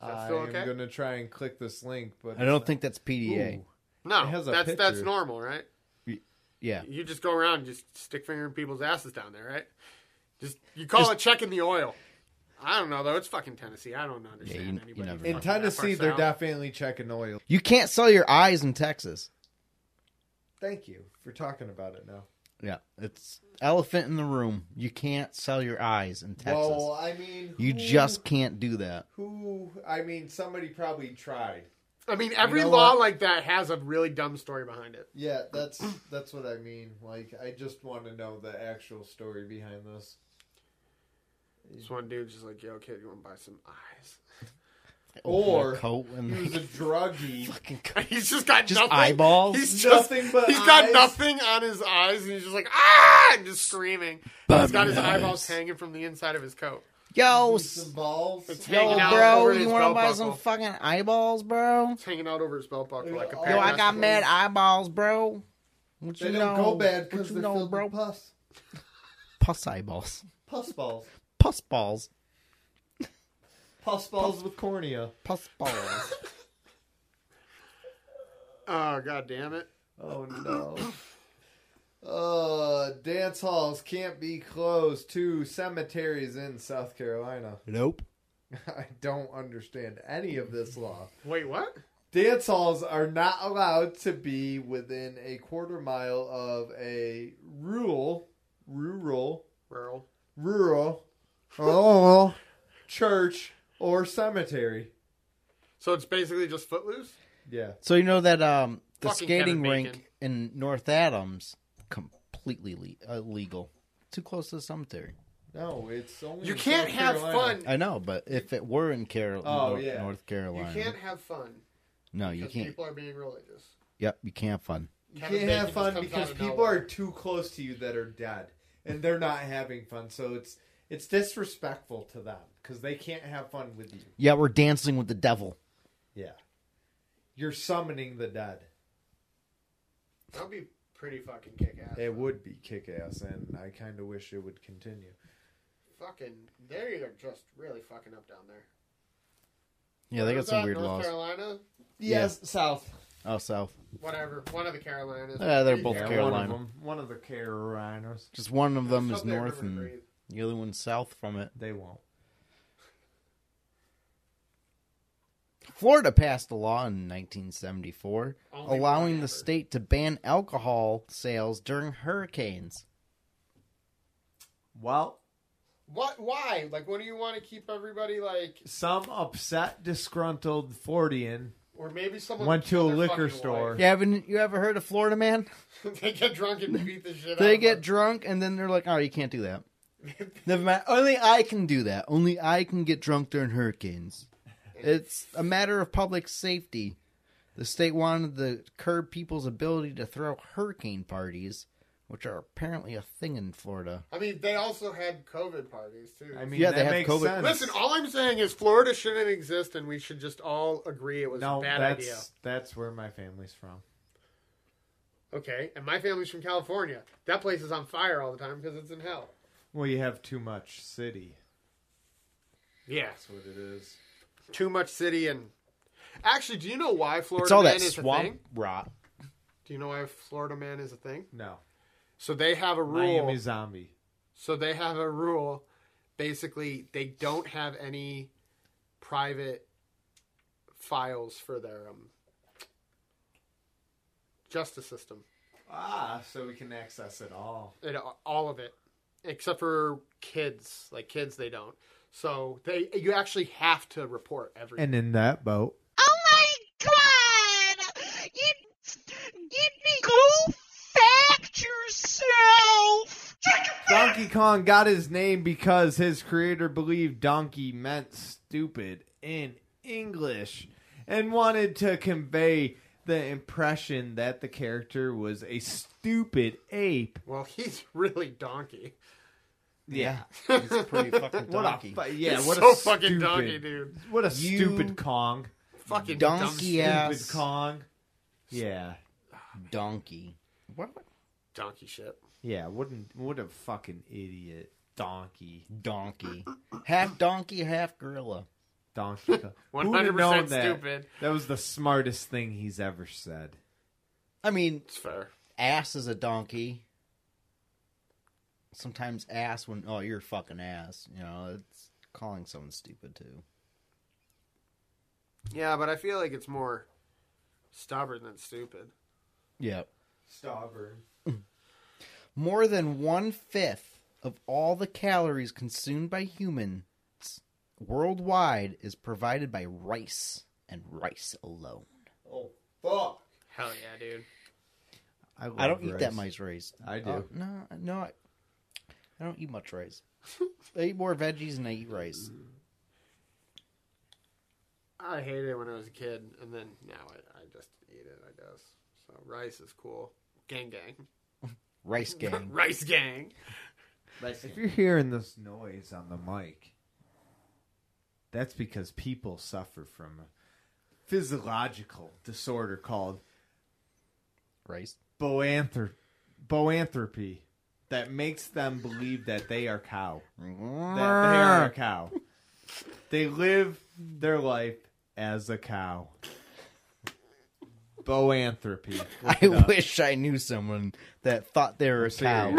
Speaker 4: Is that
Speaker 3: I'm
Speaker 4: still okay?
Speaker 3: going to try and click this link, but
Speaker 2: I don't think that's PDA.
Speaker 3: Ooh.
Speaker 4: No,
Speaker 3: It has a
Speaker 4: that's that's
Speaker 3: picture.
Speaker 4: normal, right?
Speaker 2: Yeah.
Speaker 4: You just go around, and just stick finger in people's asses down there, right? Just you call it checking the oil. I don't know though. It's fucking Tennessee. I don't understand
Speaker 2: you- you
Speaker 4: anybody.
Speaker 2: never
Speaker 4: fucking
Speaker 3: In
Speaker 4: that far
Speaker 3: Tennessee, they're
Speaker 4: south.
Speaker 3: definitely checking oil.
Speaker 2: You can't sell your eyes in Texas.
Speaker 3: Thank you for talking about it now.
Speaker 2: Yeah. It's elephant in the room. You can't sell your eyes in Texas.
Speaker 3: Well, I mean,
Speaker 2: you
Speaker 3: who-
Speaker 2: just can't do that.
Speaker 3: who? I mean, somebody probably tried.
Speaker 4: I mean, every
Speaker 3: know
Speaker 4: law
Speaker 3: what?
Speaker 4: like that has a really dumb story behind it.
Speaker 3: Yeah, that's that's what I mean. Like, I just want to know the actual story behind this.
Speaker 4: This one dude's just like, "Yo, kid, you want to buy some eyes?"
Speaker 2: Open
Speaker 3: Or-
Speaker 2: a coat and
Speaker 3: He was a druggie.
Speaker 2: fucking
Speaker 4: he's just got
Speaker 2: Just
Speaker 4: nothing.
Speaker 2: eyeballs?
Speaker 4: He's just
Speaker 3: Nothing but
Speaker 4: he's got
Speaker 3: eyes.
Speaker 4: nothing on his eyes, and he's just like ah, and just screaming.
Speaker 2: Bum
Speaker 4: he's got his
Speaker 2: eyes.
Speaker 4: eyeballs hanging from the inside of his coat.
Speaker 2: Yo, s-
Speaker 4: balls. It's
Speaker 2: yo,
Speaker 4: hanging out
Speaker 2: bro,
Speaker 4: over his
Speaker 2: you want to
Speaker 4: belt
Speaker 2: buy
Speaker 4: buckle.
Speaker 2: some fucking eyeballs, bro?
Speaker 4: It's hanging out over his belt buckle like a
Speaker 2: Yo,
Speaker 4: pair
Speaker 2: I got
Speaker 4: of testicles.
Speaker 2: mad eyeballs, bro. What you
Speaker 7: They don't
Speaker 2: know?
Speaker 7: go bad
Speaker 2: What
Speaker 7: because
Speaker 2: you
Speaker 7: they're
Speaker 2: know,
Speaker 7: filled
Speaker 2: bro?
Speaker 7: with pus.
Speaker 2: Puss eyeballs.
Speaker 7: Pus balls.
Speaker 2: Puss balls.
Speaker 7: Pus balls with cornea.
Speaker 2: Puss balls.
Speaker 4: Oh god damn it!
Speaker 7: Oh no. Uh,
Speaker 3: Dance halls can't be closed to cemeteries in South Carolina.
Speaker 2: nope.
Speaker 3: I don't understand any of this law.
Speaker 4: Wait, what?
Speaker 3: Dance halls are not allowed to be within a quarter mile of a rural, rural,
Speaker 4: Rural.
Speaker 3: rural, rural church or cemetery.
Speaker 4: So it's basically just Footloose.
Speaker 3: Yeah.
Speaker 2: So you know that um the
Speaker 4: Fucking
Speaker 2: skating
Speaker 4: Kevin
Speaker 2: rink
Speaker 4: Bacon.
Speaker 2: in North Adams completely le- illegal. Too close to the cemetery.
Speaker 3: No, it's only
Speaker 4: You
Speaker 3: in
Speaker 4: can't
Speaker 3: South
Speaker 4: have
Speaker 3: Carolina.
Speaker 4: fun.
Speaker 2: I know, but if it were in Carol-
Speaker 3: Oh,
Speaker 2: Nor-
Speaker 3: yeah.
Speaker 2: North
Speaker 4: You
Speaker 2: Carolina,
Speaker 4: can't have fun
Speaker 2: no, you
Speaker 4: because
Speaker 2: can't.
Speaker 4: people are being religious.
Speaker 2: Yep, you can't fun.
Speaker 3: You
Speaker 4: Kevin
Speaker 3: can't
Speaker 4: Bacon
Speaker 3: have
Speaker 4: just
Speaker 3: fun
Speaker 4: comes out
Speaker 3: because
Speaker 4: of
Speaker 3: people
Speaker 4: nowhere.
Speaker 3: are too close to you that are dead, and they're not having fun. So it's it's disrespectful to them because they can't have fun with you.
Speaker 2: Yeah, we're dancing with the devil.
Speaker 3: Yeah, you're summoning the dead.
Speaker 4: That'd be pretty fucking kick ass.
Speaker 3: It would be kick ass, and I kind of wish it would continue.
Speaker 4: Fucking, they are just really fucking up down there.
Speaker 2: Yeah, they
Speaker 4: Where
Speaker 2: got
Speaker 4: was
Speaker 2: some
Speaker 4: that?
Speaker 2: weird
Speaker 4: North
Speaker 2: laws.
Speaker 4: Carolina,
Speaker 2: Yes,
Speaker 3: South.
Speaker 2: Oh, South.
Speaker 4: whatever. One of the Carolinas.
Speaker 2: Yeah, they're both
Speaker 3: Yeah, one of
Speaker 2: Carolina.
Speaker 3: them. One of the Carolinas.
Speaker 2: Just one of them is
Speaker 4: Something I've
Speaker 2: north,
Speaker 4: never
Speaker 2: and
Speaker 4: agreed.
Speaker 2: the other one's south from it.
Speaker 3: They won't.
Speaker 2: Florida passed a law in 1974
Speaker 4: Only
Speaker 2: allowing
Speaker 4: one
Speaker 2: the
Speaker 4: ever.
Speaker 2: state to ban alcohol sales during hurricanes.
Speaker 3: Well,
Speaker 4: What? Why? Like, what do you want to keep everybody like?
Speaker 3: some upset, disgruntled Fordian
Speaker 4: Or maybe someone
Speaker 3: Went to
Speaker 4: killed
Speaker 3: a
Speaker 4: their
Speaker 3: liquor
Speaker 4: fucking
Speaker 3: store.
Speaker 2: You haven't you ever heard of Florida man?
Speaker 4: wife. they get drunk and beat the shit. out
Speaker 2: They
Speaker 4: of
Speaker 2: get
Speaker 4: them.
Speaker 2: drunk and then they're like, "Oh, you can't do that." Never mind. Only I can do that. Only I can get drunk during hurricanes. It's a matter of public safety. The state wanted to curb people's ability to throw hurricane parties, which are apparently a thing in Florida.
Speaker 4: I mean, they also had COVID parties too.
Speaker 3: I mean,
Speaker 2: Yeah,
Speaker 3: that
Speaker 2: they have
Speaker 3: makes
Speaker 2: COVID.
Speaker 3: sense.
Speaker 4: listen. All I'm saying is Florida shouldn't exist, and we should just all agree it was
Speaker 3: no,
Speaker 4: a bad
Speaker 3: that's
Speaker 4: idea.
Speaker 3: that's where my family's from.
Speaker 4: Okay, and my family's from California. That place is on fire all the time because it's in hell.
Speaker 3: Well, you have too much city.
Speaker 4: Yeah,
Speaker 3: That's what it is.
Speaker 4: too much city and. Actually, do you know why Florida
Speaker 2: it's all
Speaker 4: man
Speaker 2: that
Speaker 4: is a
Speaker 2: swamp
Speaker 4: thing?
Speaker 2: rot.
Speaker 4: Do you know why Florida man is a thing?
Speaker 3: No,
Speaker 4: So they have a rule.
Speaker 3: Miami Zombie.
Speaker 4: So they have a rule. Basically, they don't have any private files for their um, justice system.
Speaker 3: Ah, so we can access it all.
Speaker 4: It, all of it, except for kids. Like kids, they don't. So they you actually have to report everything.
Speaker 3: And in that boat,
Speaker 8: Oh my god! You, you need go fact yourself!
Speaker 3: Donkey Kong got his name because his creator believed donkey meant stupid in English and wanted to convey the impression that the character was a stupid ape.
Speaker 4: well, he's really donkey.
Speaker 3: Yeah.
Speaker 2: It's pretty fucking
Speaker 3: What
Speaker 2: donkey.
Speaker 3: a fu- yeah,
Speaker 4: He's
Speaker 3: what
Speaker 4: so
Speaker 3: a
Speaker 4: fucking
Speaker 3: stupid,
Speaker 4: donkey, dude.
Speaker 3: What a
Speaker 2: You
Speaker 3: stupid Kong.
Speaker 4: Fucking
Speaker 2: Donkey
Speaker 4: dumb,
Speaker 2: ass
Speaker 3: Stupid Kong. Yeah.
Speaker 2: donkey. What
Speaker 4: donkey shit.
Speaker 3: Yeah, wouldn't what a fucking idiot. Donkey.
Speaker 2: donkey? Half donkey, half gorilla.
Speaker 3: Donkey Kong.
Speaker 4: One
Speaker 3: Who would've
Speaker 4: hundred
Speaker 3: known
Speaker 4: percent
Speaker 3: that?
Speaker 4: stupid.
Speaker 3: That was the smartest thing he's ever said.
Speaker 2: I mean,
Speaker 4: It's fair.
Speaker 2: ass is a donkey. Sometimes ass when oh you're a fucking ass, you know, it's calling someone stupid too.
Speaker 4: Yeah, but I feel like it's more stubborn than stupid.
Speaker 2: Yeah.
Speaker 3: Stubborn.
Speaker 2: More than one fifth of all the calories consumed by humans worldwide is provided by rice and rice alone.
Speaker 3: Oh fuck!
Speaker 4: Hell yeah, dude.
Speaker 3: love
Speaker 2: I don't eat
Speaker 3: rice.
Speaker 2: that much rice.
Speaker 3: I do.
Speaker 2: Oh, no, no, I, I don't eat much rice. I eat more veggies than I eat rice.
Speaker 4: I hated it when I was a kid, and then now I, I just eat it, I guess. So rice is cool. Gang gang.
Speaker 2: Rice gang.
Speaker 4: rice gang.
Speaker 3: If you're hearing this noise on the mic, That's because people suffer from a physiological disorder called
Speaker 2: Race.
Speaker 3: boanthrop- boanthropy that makes them believe that they are cow. That they are a cow. They live their life as a cow. Boanthropy.
Speaker 2: I wish I knew someone that thought they were a cow.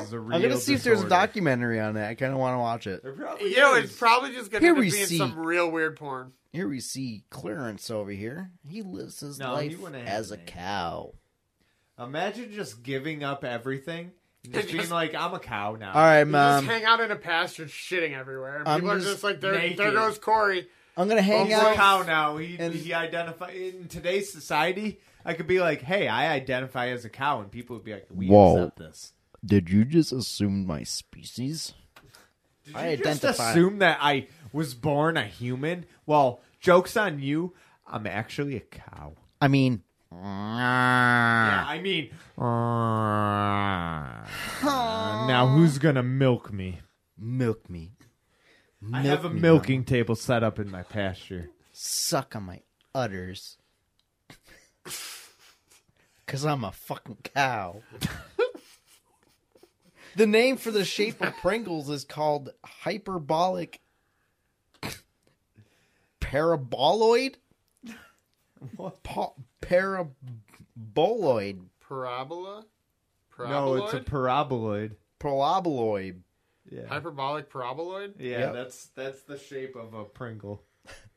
Speaker 3: This is a real
Speaker 2: I'm gonna see if there's a
Speaker 3: disorder.
Speaker 2: documentary on that. I kind of want to watch it.
Speaker 3: There probably
Speaker 4: You know,
Speaker 3: is.
Speaker 4: it's probably just gonna
Speaker 2: Here
Speaker 4: end up
Speaker 2: we
Speaker 4: being
Speaker 2: see-
Speaker 4: some real weird porn.
Speaker 2: Here we see Clarence over here. He lives his
Speaker 3: No, he
Speaker 2: life
Speaker 3: wouldn't have
Speaker 2: as a
Speaker 3: me.
Speaker 2: cow.
Speaker 3: Imagine just giving up everything and just
Speaker 4: It
Speaker 3: being
Speaker 4: just-
Speaker 3: like, I'm a cow now.
Speaker 2: All right,
Speaker 4: You
Speaker 3: Um,
Speaker 2: mom.
Speaker 4: just hang out in a pasture, shitting everywhere. And
Speaker 2: I'm
Speaker 4: people are
Speaker 2: just
Speaker 4: just like, there,
Speaker 3: naked.
Speaker 4: there goes Corey.
Speaker 2: I'm gonna hang
Speaker 3: He's a
Speaker 2: out.
Speaker 3: cow now. He,
Speaker 2: and-
Speaker 3: he identify in today's society. I could be like, "Hey, I identify as a cow," and people would be like, "We
Speaker 2: Whoa.
Speaker 3: accept this."
Speaker 2: Did you just assume my species?
Speaker 3: Did
Speaker 2: I
Speaker 3: you just
Speaker 2: identify-
Speaker 3: assume that I was born a human? Well, jokes on you. I'm actually a cow.
Speaker 2: I mean, Ah.
Speaker 3: Yeah, I mean,
Speaker 2: Ah.
Speaker 3: uh, now who's gonna milk me?
Speaker 2: milk me.
Speaker 3: I have a
Speaker 2: me,
Speaker 3: milking table set up in my pasture.
Speaker 2: suck on my udders. Cause I'm a fucking cow. the name for the shape of Pringles is called hyperbolic paraboloid. What? Pa- paraboloid.
Speaker 4: Parabola? Paraboloid?
Speaker 3: No, it's a paraboloid.
Speaker 2: Paraboloid.
Speaker 3: Yeah,
Speaker 4: Hyperbolic paraboloid?
Speaker 3: yeah,
Speaker 2: Yep.
Speaker 3: that's that's the shape of a Pringle.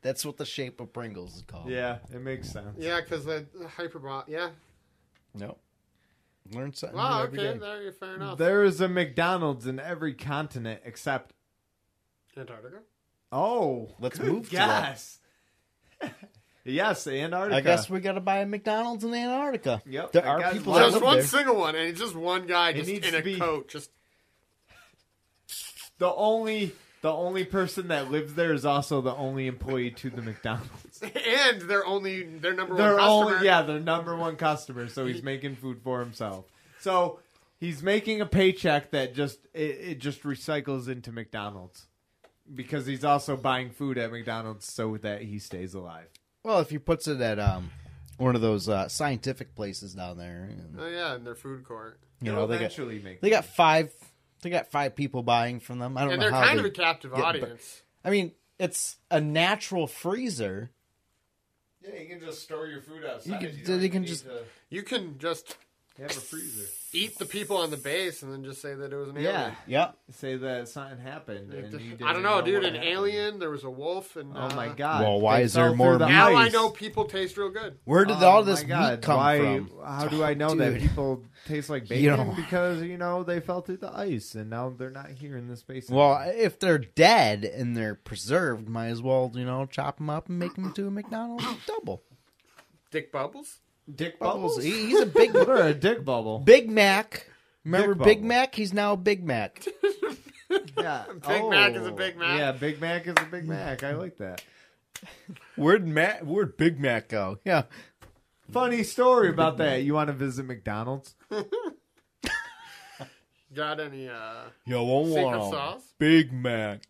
Speaker 2: That's what the shape of Pringles is called.
Speaker 3: Yeah, it makes sense.
Speaker 4: Yeah, because the hyperbolic. Yeah.
Speaker 2: Nope. Learn something new
Speaker 4: Wow,
Speaker 2: every
Speaker 4: Ah, okay.
Speaker 2: day.
Speaker 4: There, you're fair enough.
Speaker 3: There is a McDonald's in every continent except
Speaker 4: Antarctica?
Speaker 3: oh,
Speaker 2: Let's
Speaker 3: good
Speaker 2: move to that.
Speaker 3: Guess. yes, Antarctica.
Speaker 2: I guess we gotta buy a McDonald's in Antarctica.
Speaker 3: Yep,
Speaker 2: There
Speaker 3: I
Speaker 2: are
Speaker 3: guess-
Speaker 2: people that
Speaker 4: Just
Speaker 2: live
Speaker 4: one
Speaker 2: there.
Speaker 4: single one, and it's just one guy
Speaker 3: It
Speaker 4: just
Speaker 3: needs
Speaker 4: in
Speaker 3: to
Speaker 4: a
Speaker 3: be-
Speaker 4: coat. Just
Speaker 3: the only the only person that lives there is also the only employee to the McDonald's.
Speaker 4: and they're only their number
Speaker 3: They're
Speaker 4: one customer.
Speaker 3: only yeah, their number one customer, so he's making food for himself. So he's making a paycheck that just it, it just recycles into McDonald's because he's also buying food at McDonald's so that he stays alive.
Speaker 2: Well, if he puts it at um one of those uh, scientific places down there, and,
Speaker 4: Oh yeah, in their food court,
Speaker 2: you
Speaker 3: He'll
Speaker 2: know they got
Speaker 3: eventually make
Speaker 2: they got five they got five people buying from them. I don't
Speaker 4: and
Speaker 2: know
Speaker 4: they're
Speaker 2: how.
Speaker 4: kind
Speaker 2: they,
Speaker 4: of a captive
Speaker 2: but-
Speaker 4: audience.
Speaker 2: I mean, it's a natural freezer.
Speaker 3: Yeah, you can just store your food
Speaker 2: You
Speaker 3: outside.
Speaker 2: can- You don't they even can need just-
Speaker 3: have
Speaker 4: You can just
Speaker 3: a freezer.
Speaker 4: eat the people on the base and then just say that it was an
Speaker 3: Yeah,
Speaker 2: Yep.
Speaker 3: say that something happened.
Speaker 4: alien.
Speaker 3: And you didn't
Speaker 4: I don't know, dude.
Speaker 3: what
Speaker 4: An
Speaker 3: happened.
Speaker 4: alien. There was a wolf, and
Speaker 3: Oh my
Speaker 4: uh,
Speaker 3: god.
Speaker 2: Well, why
Speaker 3: They
Speaker 2: is there
Speaker 3: fell
Speaker 2: more
Speaker 3: through the
Speaker 2: meat?
Speaker 4: Now I
Speaker 3: ice.
Speaker 4: know people taste real good.
Speaker 2: Where did
Speaker 3: Oh
Speaker 2: all
Speaker 3: my
Speaker 2: this meat
Speaker 3: God,
Speaker 2: come
Speaker 3: why-
Speaker 2: from?
Speaker 3: How do I know that
Speaker 2: Dude.
Speaker 3: people taste like bacon?
Speaker 2: You know.
Speaker 3: Because you know they fell through the ice and now they're not here in this space.
Speaker 2: Well,
Speaker 3: anymore.
Speaker 2: if they're dead and they're preserved, might as well you know chop them up and make them to a McDonald's double.
Speaker 4: Dick Bubbles.
Speaker 3: Dick
Speaker 2: Bubbles,
Speaker 3: bubbles.
Speaker 2: he- he's a big
Speaker 3: what are a dick bubble?
Speaker 2: Big Mac. Remember
Speaker 3: Dick
Speaker 2: Big
Speaker 3: Bubble.
Speaker 2: Mac? He's now Big Mac.
Speaker 3: Yeah. Oh.
Speaker 4: Big Mac is a Big Mac.
Speaker 3: Yeah, Big Mac is a Big Mac. I like that.
Speaker 2: Where'd Mac? Where'd Big Mac go? Yeah.
Speaker 3: Funny story about that. You want to visit McDonald's?
Speaker 4: Got any? uh
Speaker 2: Yo, one
Speaker 4: Secret wanna- sauce?
Speaker 2: Big Mac.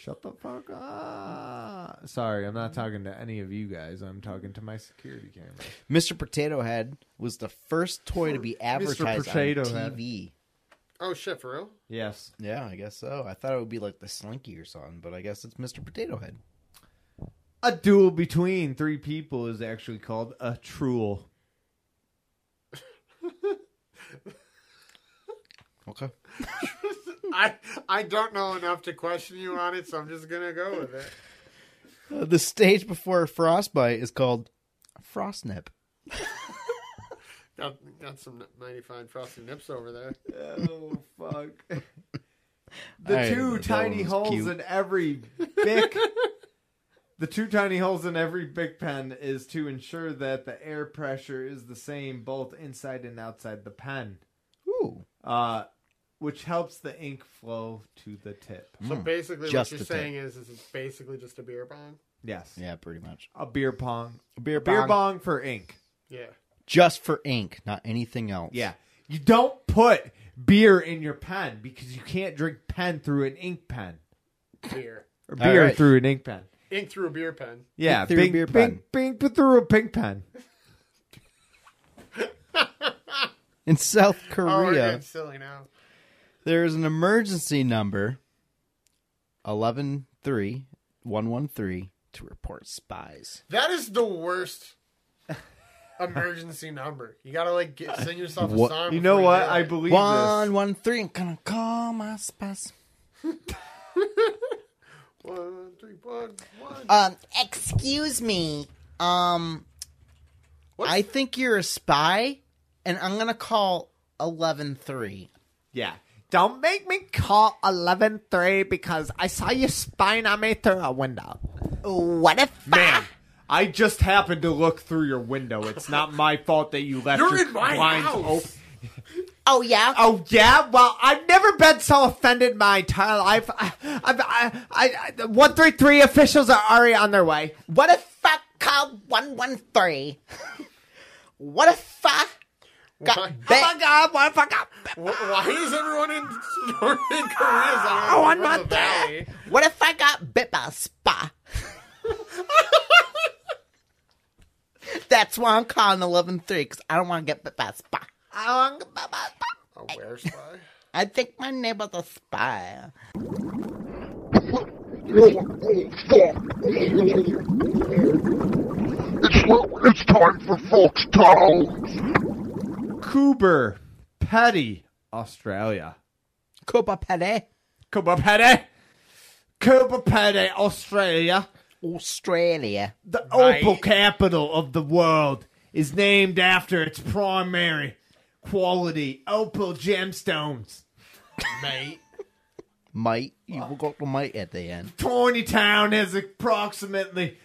Speaker 3: Shut the fuck up. Sorry, I'm not talking to any of you guys. I'm talking to my security camera.
Speaker 2: Mr. Potato Head was the first toy to be advertised
Speaker 3: Potato
Speaker 2: on
Speaker 3: Head.
Speaker 2: TV.
Speaker 4: Oh shit, for real?
Speaker 3: Yes.
Speaker 2: Yeah, I guess so. I thought it would be like the Slinky or something, but I guess it's Mr. Potato Head.
Speaker 3: A duel between three people is actually called a truel.
Speaker 2: Okay.
Speaker 4: I I don't know enough to question you on it, so I'm just gonna go with it.
Speaker 2: Uh, the stage before frostbite is called frostnip.
Speaker 4: Got got some ninety five frosty nips over there.
Speaker 3: Oh fuck.
Speaker 2: I-
Speaker 3: The two
Speaker 2: that
Speaker 3: tiny
Speaker 2: was
Speaker 3: holes
Speaker 2: cute.
Speaker 3: in every bic The two tiny holes in every bic pen is to ensure that the air pressure is the same both inside and outside the pen.
Speaker 2: Ooh.
Speaker 3: Uh which helps the ink flow to the tip.
Speaker 4: So basically,
Speaker 2: just
Speaker 4: what you're
Speaker 2: the tip.
Speaker 4: saying is, is it's basically just a beer bong.
Speaker 3: Yes.
Speaker 2: Yeah, pretty much.
Speaker 3: A beer pong.
Speaker 2: Beer
Speaker 3: Beer bong for ink.
Speaker 4: Yeah.
Speaker 2: Just for ink, not anything else.
Speaker 3: Yeah. You don't put beer in your pen because you can't drink pen through an ink pen.
Speaker 4: Beer.
Speaker 3: Or
Speaker 2: All
Speaker 3: beer
Speaker 2: right.
Speaker 3: through an ink pen.
Speaker 4: Ink through a beer pen.
Speaker 3: Yeah,
Speaker 2: through a
Speaker 3: bing,
Speaker 2: beer
Speaker 3: bing, bing, but through a pink pen.
Speaker 2: In South
Speaker 4: Oh, we're
Speaker 2: Korea,
Speaker 4: getting silly now.
Speaker 2: there is an emergency number 113113 to report spies.
Speaker 4: That is the worst emergency number. You gotta like get, sing yourself a
Speaker 2: What-
Speaker 4: song.
Speaker 3: You know
Speaker 4: before
Speaker 3: what?
Speaker 4: do
Speaker 3: I
Speaker 4: it.
Speaker 3: believe
Speaker 2: One
Speaker 3: this.
Speaker 2: one three. I'm gonna call my spies.
Speaker 4: One, three, one, one.
Speaker 2: Um, excuse me. Um, I think you're a spy, and I'm gonna call eleven three.
Speaker 3: Yeah. Don't make me call eleven three because I saw you spying on me through a window.
Speaker 2: What if
Speaker 3: Man, I just happened to look through your window. It's not my fault that you left
Speaker 4: You're
Speaker 3: your
Speaker 4: in my
Speaker 3: blinds
Speaker 4: house.
Speaker 3: open.
Speaker 2: Oh yeah.
Speaker 3: Oh yeah, well I've never been so offended my entire life. I, I've, I, I, I, one three three officials are already on their way.
Speaker 2: What if I call one one three? What if I
Speaker 4: Why-
Speaker 2: got
Speaker 3: Oh my
Speaker 2: back?
Speaker 3: god, what uh, if I got?
Speaker 4: Wh- Why is everyone in Northern Korea's on
Speaker 3: want
Speaker 4: from
Speaker 3: my
Speaker 4: the
Speaker 3: back.
Speaker 4: valley?
Speaker 2: What if I got bit by a spy? That's why I'm calling eleven three because I don't want to get bit by a spy.
Speaker 3: I don't- blah, blah, blah.
Speaker 4: A where spy?
Speaker 2: I think my neighbor's a spy.
Speaker 9: It's, well, it's time for Fox Towns.
Speaker 3: Coober, Petty, Australia.
Speaker 2: Copa Pele,
Speaker 3: Coober Petty, Coober Petty, Australia.
Speaker 2: Australia.
Speaker 3: The opal capital of the world is named after its primary quality opal gemstones.
Speaker 4: Mate.
Speaker 2: Might. You got the might at the end.
Speaker 3: Tawny Town has approximately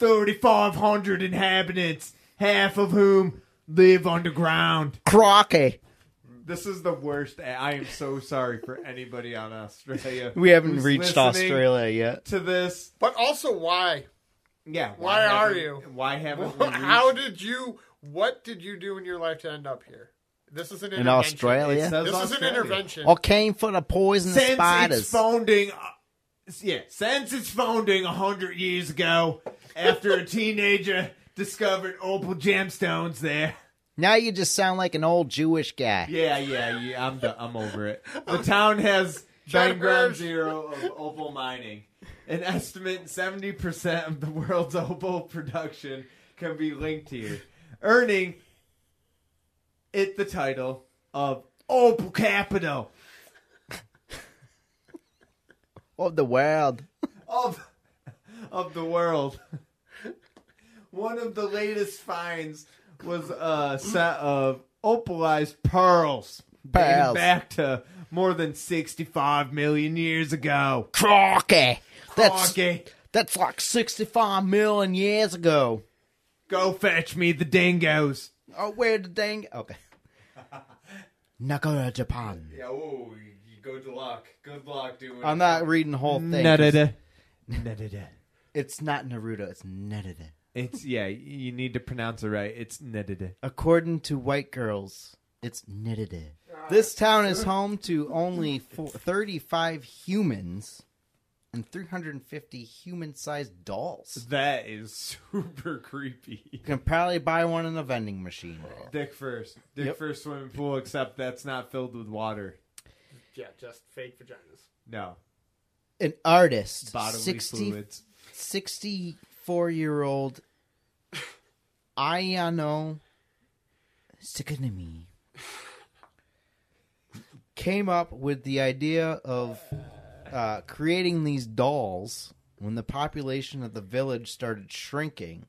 Speaker 3: 3,500 inhabitants, half of whom live underground.
Speaker 2: Crocky.
Speaker 3: This is the worst. I am so sorry for anybody on Australia.
Speaker 2: We haven't
Speaker 3: who's
Speaker 2: reached
Speaker 3: listening
Speaker 2: Australia yet.
Speaker 3: To this,
Speaker 4: But also, why?
Speaker 3: yeah.
Speaker 4: Why are
Speaker 3: haven't-
Speaker 4: you?
Speaker 3: Why haven't we? Reached?
Speaker 4: How did you? What did you do in your life to end up here? This is an intervention.
Speaker 2: Australia? It
Speaker 4: This
Speaker 3: says
Speaker 4: is
Speaker 3: Australia.
Speaker 4: an intervention.
Speaker 2: Or came for the poisonous
Speaker 3: since its
Speaker 2: spiders.
Speaker 3: founding, uh, yeah, since its founding a hundred years ago, after a teenager discovered opal gemstones there.
Speaker 2: Now you just sound like an old Jewish guy.
Speaker 3: Yeah, yeah, yeah. I'm do- I'm over it. The town has
Speaker 4: Trying
Speaker 3: been
Speaker 4: to
Speaker 3: ground
Speaker 4: merge.
Speaker 3: zero of opal mining. An estimate seventy percent of the world's opal production can be linked here, earning it the title of opal capital
Speaker 2: Of the world.
Speaker 3: of of the world. One of the latest finds was a set of opalized pearls,
Speaker 2: Pearls.
Speaker 3: dating back to more than 65 million years ago.
Speaker 2: Crocky. That's
Speaker 3: Okay,
Speaker 2: that's like 65 million years ago.
Speaker 3: go fetch me the dingoes.
Speaker 2: Oh, where the dang? Okay. Nakara Japan.
Speaker 3: Yeah, oh, good luck. Good luck doing
Speaker 2: I'm not reading the whole thing. 'cause
Speaker 3: Nadada. Nadada.
Speaker 2: It's not Naruto. It's Nedida.
Speaker 3: It's yeah. You need to pronounce it right. It's nedida.
Speaker 2: According to white girls, it's knitted. This town is home to only four, 35 humans and 350 human-sized dolls.
Speaker 3: That is super creepy.
Speaker 2: You can probably buy one in a vending machine.
Speaker 3: Dick first. Dick
Speaker 2: Yep.
Speaker 3: first swimming pool, except that's not filled with water.
Speaker 4: Yeah, just fake vaginas.
Speaker 3: No.
Speaker 2: An artist,
Speaker 3: Bodily
Speaker 2: 60,
Speaker 3: fluids.
Speaker 2: 64-year-old Ayano Tsukunami came up with the idea of uh, creating these dolls when the population of the village started shrinking.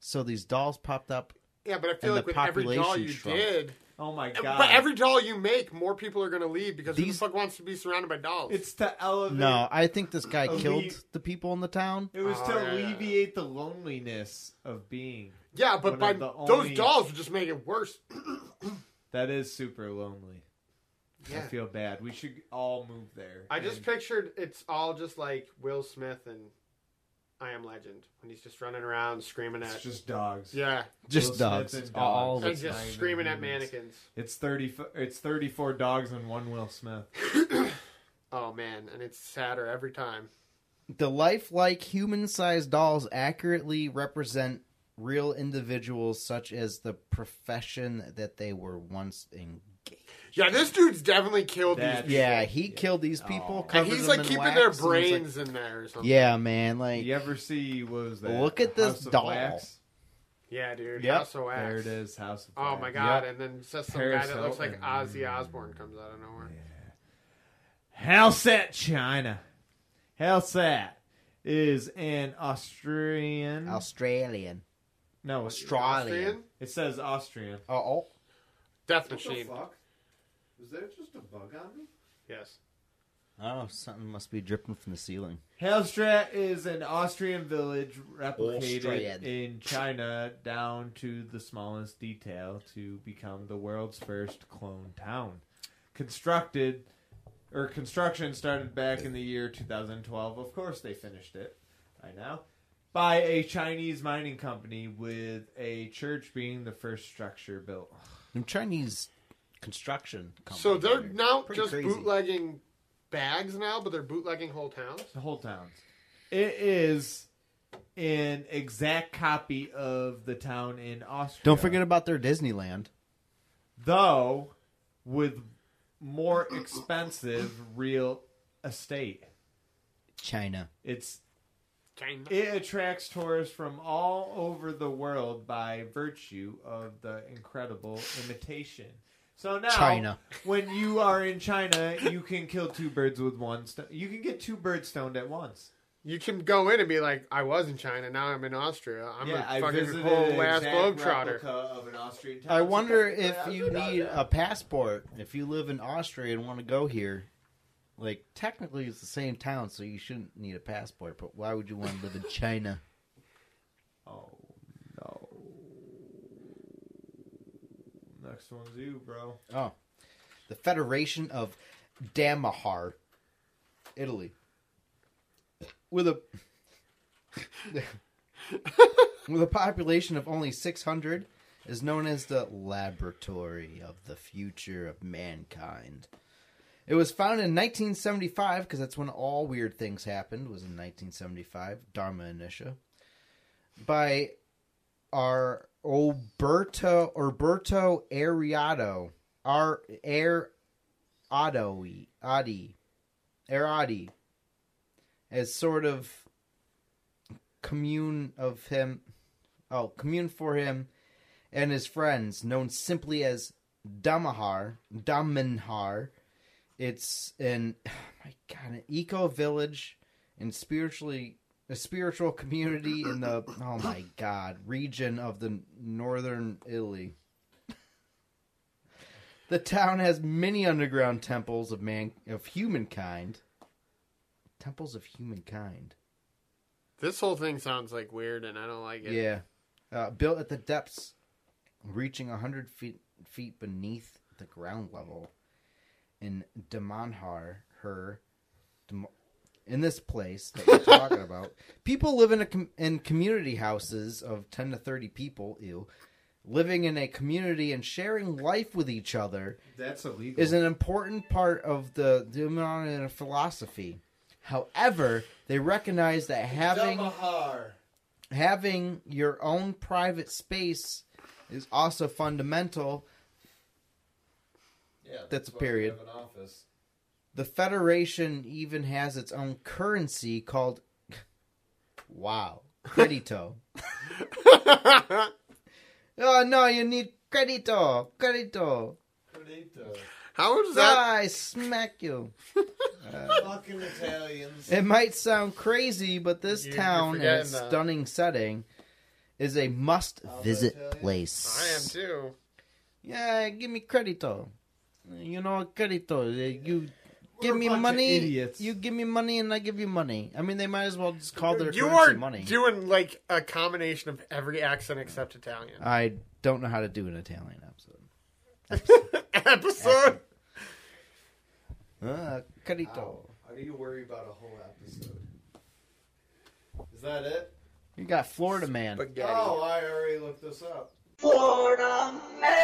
Speaker 2: So these dolls popped up.
Speaker 4: Yeah, but I
Speaker 2: And
Speaker 4: feel like
Speaker 2: the
Speaker 4: with every doll
Speaker 2: population
Speaker 4: you
Speaker 2: shrunk.
Speaker 4: did,
Speaker 3: Oh my god.
Speaker 4: but every doll you make, more people are going to leave because who the
Speaker 2: These-
Speaker 4: fuck wants to be surrounded by dolls?
Speaker 3: it's to elevate
Speaker 2: No, I think this guy
Speaker 3: Elite.
Speaker 2: killed the people in the town.
Speaker 3: It was
Speaker 4: Oh,
Speaker 3: to
Speaker 4: yeah, yeah, yeah.
Speaker 3: alleviate the loneliness of being.
Speaker 4: yeah, but
Speaker 3: one
Speaker 4: by
Speaker 3: of the only-
Speaker 4: those dolls would just make it worse.
Speaker 3: That is super lonely. I
Speaker 4: Yeah.
Speaker 3: feel bad. We should all move there.
Speaker 4: I just
Speaker 3: And-
Speaker 4: pictured it's all just like Will Smith and I Am Legend when he's just running around screaming at
Speaker 3: it's just dogs.
Speaker 4: yeah,
Speaker 2: Just
Speaker 3: Smith
Speaker 2: dogs.
Speaker 3: and dogs.
Speaker 2: All the
Speaker 3: That's
Speaker 4: and
Speaker 3: It's not
Speaker 4: Oh, just
Speaker 3: even
Speaker 4: screaming at
Speaker 3: humans.
Speaker 4: mannequins.
Speaker 3: It's thirty. It's thirty-four dogs and one Will Smith.
Speaker 4: Oh man, and it's sadder every time.
Speaker 2: The lifelike human sized dolls accurately represent real individuals such as the profession that they were once in.
Speaker 4: Yeah, this dude's definitely killed
Speaker 3: That's-
Speaker 4: these.
Speaker 2: Yeah, he killed these people.
Speaker 4: And
Speaker 2: covered
Speaker 4: he's
Speaker 2: them
Speaker 4: like
Speaker 2: in
Speaker 4: keeping
Speaker 2: wax,
Speaker 4: their
Speaker 2: and he's like-
Speaker 4: brains in there or something.
Speaker 2: yeah, man. Like,
Speaker 3: You ever see what was that?
Speaker 2: Look at this
Speaker 3: House of
Speaker 2: doll.
Speaker 3: Wax?
Speaker 4: Yeah, dude.
Speaker 2: Yep.
Speaker 4: House of Wax.
Speaker 3: There it is, House of
Speaker 4: Oh
Speaker 3: Wax.
Speaker 4: my god!
Speaker 3: Yep.
Speaker 4: And then just some
Speaker 3: Paris
Speaker 4: guy that looks like
Speaker 3: Hilton.
Speaker 4: Ozzy Osbourne comes out of nowhere.
Speaker 3: Helsat China. Helsat is an Austrian.
Speaker 2: Australian.
Speaker 3: no,
Speaker 2: Australian.
Speaker 4: Austrian?
Speaker 3: it says Austrian.
Speaker 2: Uh oh.
Speaker 7: What
Speaker 4: Death
Speaker 7: the
Speaker 4: Machine.
Speaker 7: fuck? Is there just a bug on me?
Speaker 4: Yes.
Speaker 2: Oh, something must be dripping from the ceiling.
Speaker 3: Hellstrat is an Austrian village replicated
Speaker 2: Austrian.
Speaker 3: in China down to the smallest detail to become the world's first clone town. Constructed or construction started back in the year 2012. Of course they finished it right now. By a Chinese mining company with a church being the first structure built.
Speaker 2: Them Chinese construction company.
Speaker 4: So they're
Speaker 2: there.
Speaker 4: now
Speaker 2: Pretty
Speaker 4: just
Speaker 2: crazy.
Speaker 4: bootlegging bags now, but they're bootlegging whole towns.
Speaker 3: The whole towns. It is an exact copy of the town in Austria.
Speaker 2: Don't forget about their Disneyland.
Speaker 3: though with more expensive real estate.
Speaker 2: China.
Speaker 3: It's
Speaker 4: China.
Speaker 3: it attracts tourists from all over the world by virtue of the incredible imitation. So now
Speaker 2: China.
Speaker 3: when you are in China, you can kill two birds with one stone. You can get two birds stoned at once.
Speaker 4: You can go in and be like, "I was in China. Now I'm in Austria. I'm
Speaker 3: yeah,
Speaker 4: a
Speaker 3: I
Speaker 4: fucking
Speaker 3: visited an
Speaker 4: whole ass
Speaker 3: exact replica
Speaker 4: globetrotter."
Speaker 3: of an Austrian town.
Speaker 2: I wonder if
Speaker 3: Yeah,
Speaker 2: you
Speaker 3: I-
Speaker 2: need a passport if you live in Austria and want to go here. Like technically, it's the same town, so you shouldn't need a passport. But why would you want to live in China?
Speaker 3: Oh no. Next one's you, bro.
Speaker 2: Oh, the Federation of Damahar, Italy, with a with a population of only six hundred, is known as the laboratory of the future of mankind. It was founded in 1975 because that's when all weird things happened. Was in 1975 Dharma Initia by our Alberto Alberto Ariado. Our Air Otto Adi Aradi as sort of commune of him oh commune for him and his friends known simply as Damahar Daminhar it's an oh my god an eco village and spiritually a spiritual community in the oh my god region of the northern Italy. The town has many underground temples of man of humankind. Temples of humankind.
Speaker 4: This whole thing sounds like weird, and I don't like it.
Speaker 2: Yeah, uh, built at the depths reaching hundred feet feet beneath the ground level in Damanhar, her. Dem- in this place that we're talking about, people live in a com- in community houses of ten to thirty people. Ew, living in a community and sharing life with each other
Speaker 3: That's illegal.
Speaker 2: is an important part of the Dumanian philosophy. However, they recognize that having
Speaker 3: Damahar.
Speaker 2: having your own private space is also fundamental.
Speaker 3: Yeah,
Speaker 2: That's a
Speaker 3: why we
Speaker 2: period.
Speaker 3: have an office.
Speaker 2: The Federation even has its own currency called Wow, Credito. oh no, you need Credito, Credito.
Speaker 3: Bonito.
Speaker 4: How is that?
Speaker 2: I smack you.
Speaker 3: Fucking Italians.
Speaker 2: It might sound crazy, but this
Speaker 4: You're
Speaker 2: town and its
Speaker 4: forgetting that.
Speaker 2: stunning setting is a must visit place.
Speaker 4: I am too.
Speaker 2: Yeah, give me credito. You know, credito. uh, You give
Speaker 3: a
Speaker 2: me
Speaker 3: bunch of
Speaker 2: money.
Speaker 3: idiots.
Speaker 2: You give me money, and I give you money. I mean, they might as well just call their
Speaker 4: You
Speaker 2: currency
Speaker 4: are
Speaker 2: money.
Speaker 4: doing like a combination of every accent except Italian.
Speaker 2: I don't know how to do an Italian episode.
Speaker 4: Episode.
Speaker 2: Uh, credito.
Speaker 3: Oh,
Speaker 7: Are you worried about a whole episode? Is that it?
Speaker 2: You got Florida man.
Speaker 4: Spaghetti.
Speaker 7: Oh, I already looked this up. Florida man.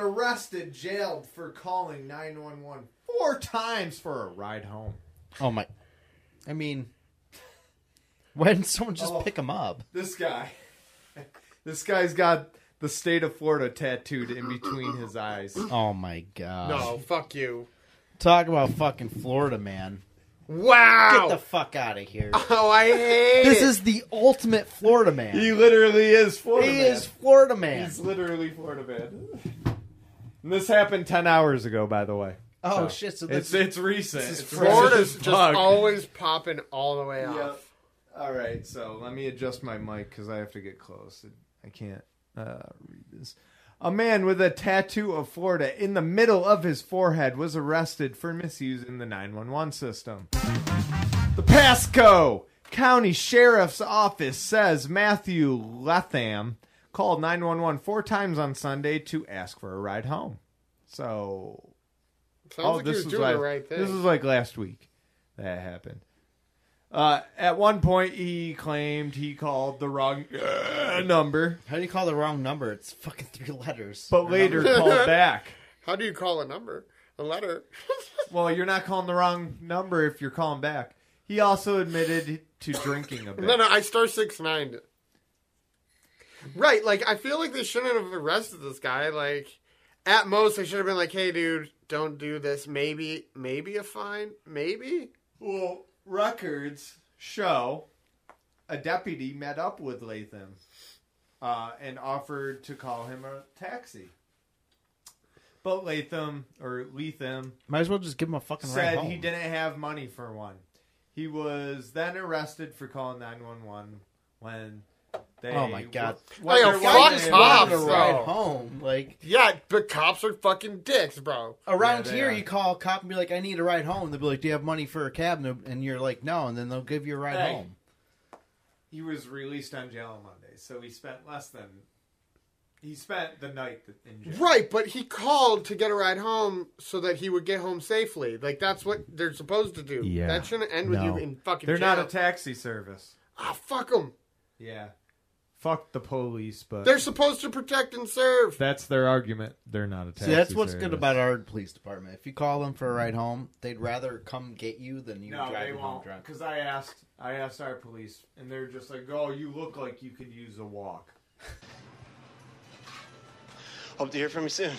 Speaker 3: arrested, jailed for calling 911 four times for a ride home.
Speaker 2: Oh my! I mean, why didn't someone just
Speaker 3: Oh.
Speaker 2: pick him up?
Speaker 3: This guy. This guy's got the state of Florida tattooed in between his eyes.
Speaker 2: Oh my god!
Speaker 4: No, fuck you.
Speaker 2: Talk about fucking Florida, man. Get
Speaker 4: Wow.
Speaker 2: the fuck out of here.
Speaker 3: Ah,
Speaker 4: oh, I hate
Speaker 2: this
Speaker 4: it.
Speaker 2: is the ultimate Florida man.
Speaker 3: He literally is Florida
Speaker 2: he
Speaker 3: man.
Speaker 2: is Florida man.
Speaker 3: He's literally Florida man. And this happened 10 hours ago, by the way.
Speaker 2: oh shit! So
Speaker 3: It's
Speaker 2: this,
Speaker 3: it's recent. It's
Speaker 4: Florida's
Speaker 3: recent
Speaker 4: just
Speaker 3: as fuck.
Speaker 4: always popping all the way
Speaker 3: Yep.
Speaker 4: off.
Speaker 3: All right, so let me adjust my mic because I have to get close. I can't uh, read this. A man with a tattoo of Florida in the middle of his forehead was arrested for misusing the 911 system. The Pasco County Sheriff's Office says Matthew Letham called 911 four times on Sunday to ask for a ride home. So
Speaker 4: Sounds like he was doing
Speaker 3: like,
Speaker 4: the right thing.
Speaker 3: Oh, This was like last week that happened. Uh, at one point, he claimed he called the wrong uh, number,
Speaker 2: how do you call the wrong number? It's fucking three letters.
Speaker 3: but later called back.
Speaker 4: How do you call a number? A letter?
Speaker 3: Well, you're not calling the wrong number if you're calling back. He also admitted to drinking a bit.
Speaker 4: no, no, I star six nine. Right, like I feel like they shouldn't have arrested this guy. Like, at most, they should have been like, "Hey, dude, don't do this. Maybe, maybe a fine. Maybe."
Speaker 3: Well, records show a deputy met up with Latham uh, and offered to call him a taxi. But Latham or Latham
Speaker 2: Might as well just give him a fucking ride
Speaker 3: said
Speaker 2: home.
Speaker 3: he didn't have money for one. He was then arrested for calling 911 when they.
Speaker 2: Oh my God.
Speaker 3: when
Speaker 4: Hey,
Speaker 3: their
Speaker 4: fuck
Speaker 3: wife
Speaker 2: Just
Speaker 3: and
Speaker 4: cops,
Speaker 2: wanted
Speaker 3: daughter-
Speaker 2: a ride
Speaker 4: though.
Speaker 2: home. Like
Speaker 4: Yeah, but cops are fucking dicks, bro.
Speaker 2: around
Speaker 3: Yeah, they
Speaker 2: here,
Speaker 3: are.
Speaker 2: you call a cop and be like, "I need a ride home." They'll be like, "Do you have money for a cab?" And they'll- And you're like, "No," and then they'll give you a ride
Speaker 3: Hey.
Speaker 2: home.
Speaker 3: He was released on jail on Monday, so he spent less than. He spent the night in jail.
Speaker 4: Right, but he called to get a ride home so that he would get home safely. Like that's what they're supposed to do.
Speaker 2: Yeah.
Speaker 4: That shouldn't end with
Speaker 2: No.
Speaker 4: you in fucking.
Speaker 3: They're
Speaker 4: jail.
Speaker 3: not a taxi service.
Speaker 4: Ah, fuck them.
Speaker 3: Yeah. Fuck the police, but
Speaker 4: They're supposed to protect and serve.
Speaker 3: that's their argument. They're not a taxi
Speaker 2: See, that's what's good about our police department. If you call them for a ride home, they'd rather come get you than you
Speaker 3: No,
Speaker 2: drive
Speaker 3: they
Speaker 2: them home
Speaker 3: won't.
Speaker 2: drunk.
Speaker 3: Because I asked, I asked our police, and they're just like, "Oh, you look like you could use a walk."
Speaker 7: Hope to hear from you soon.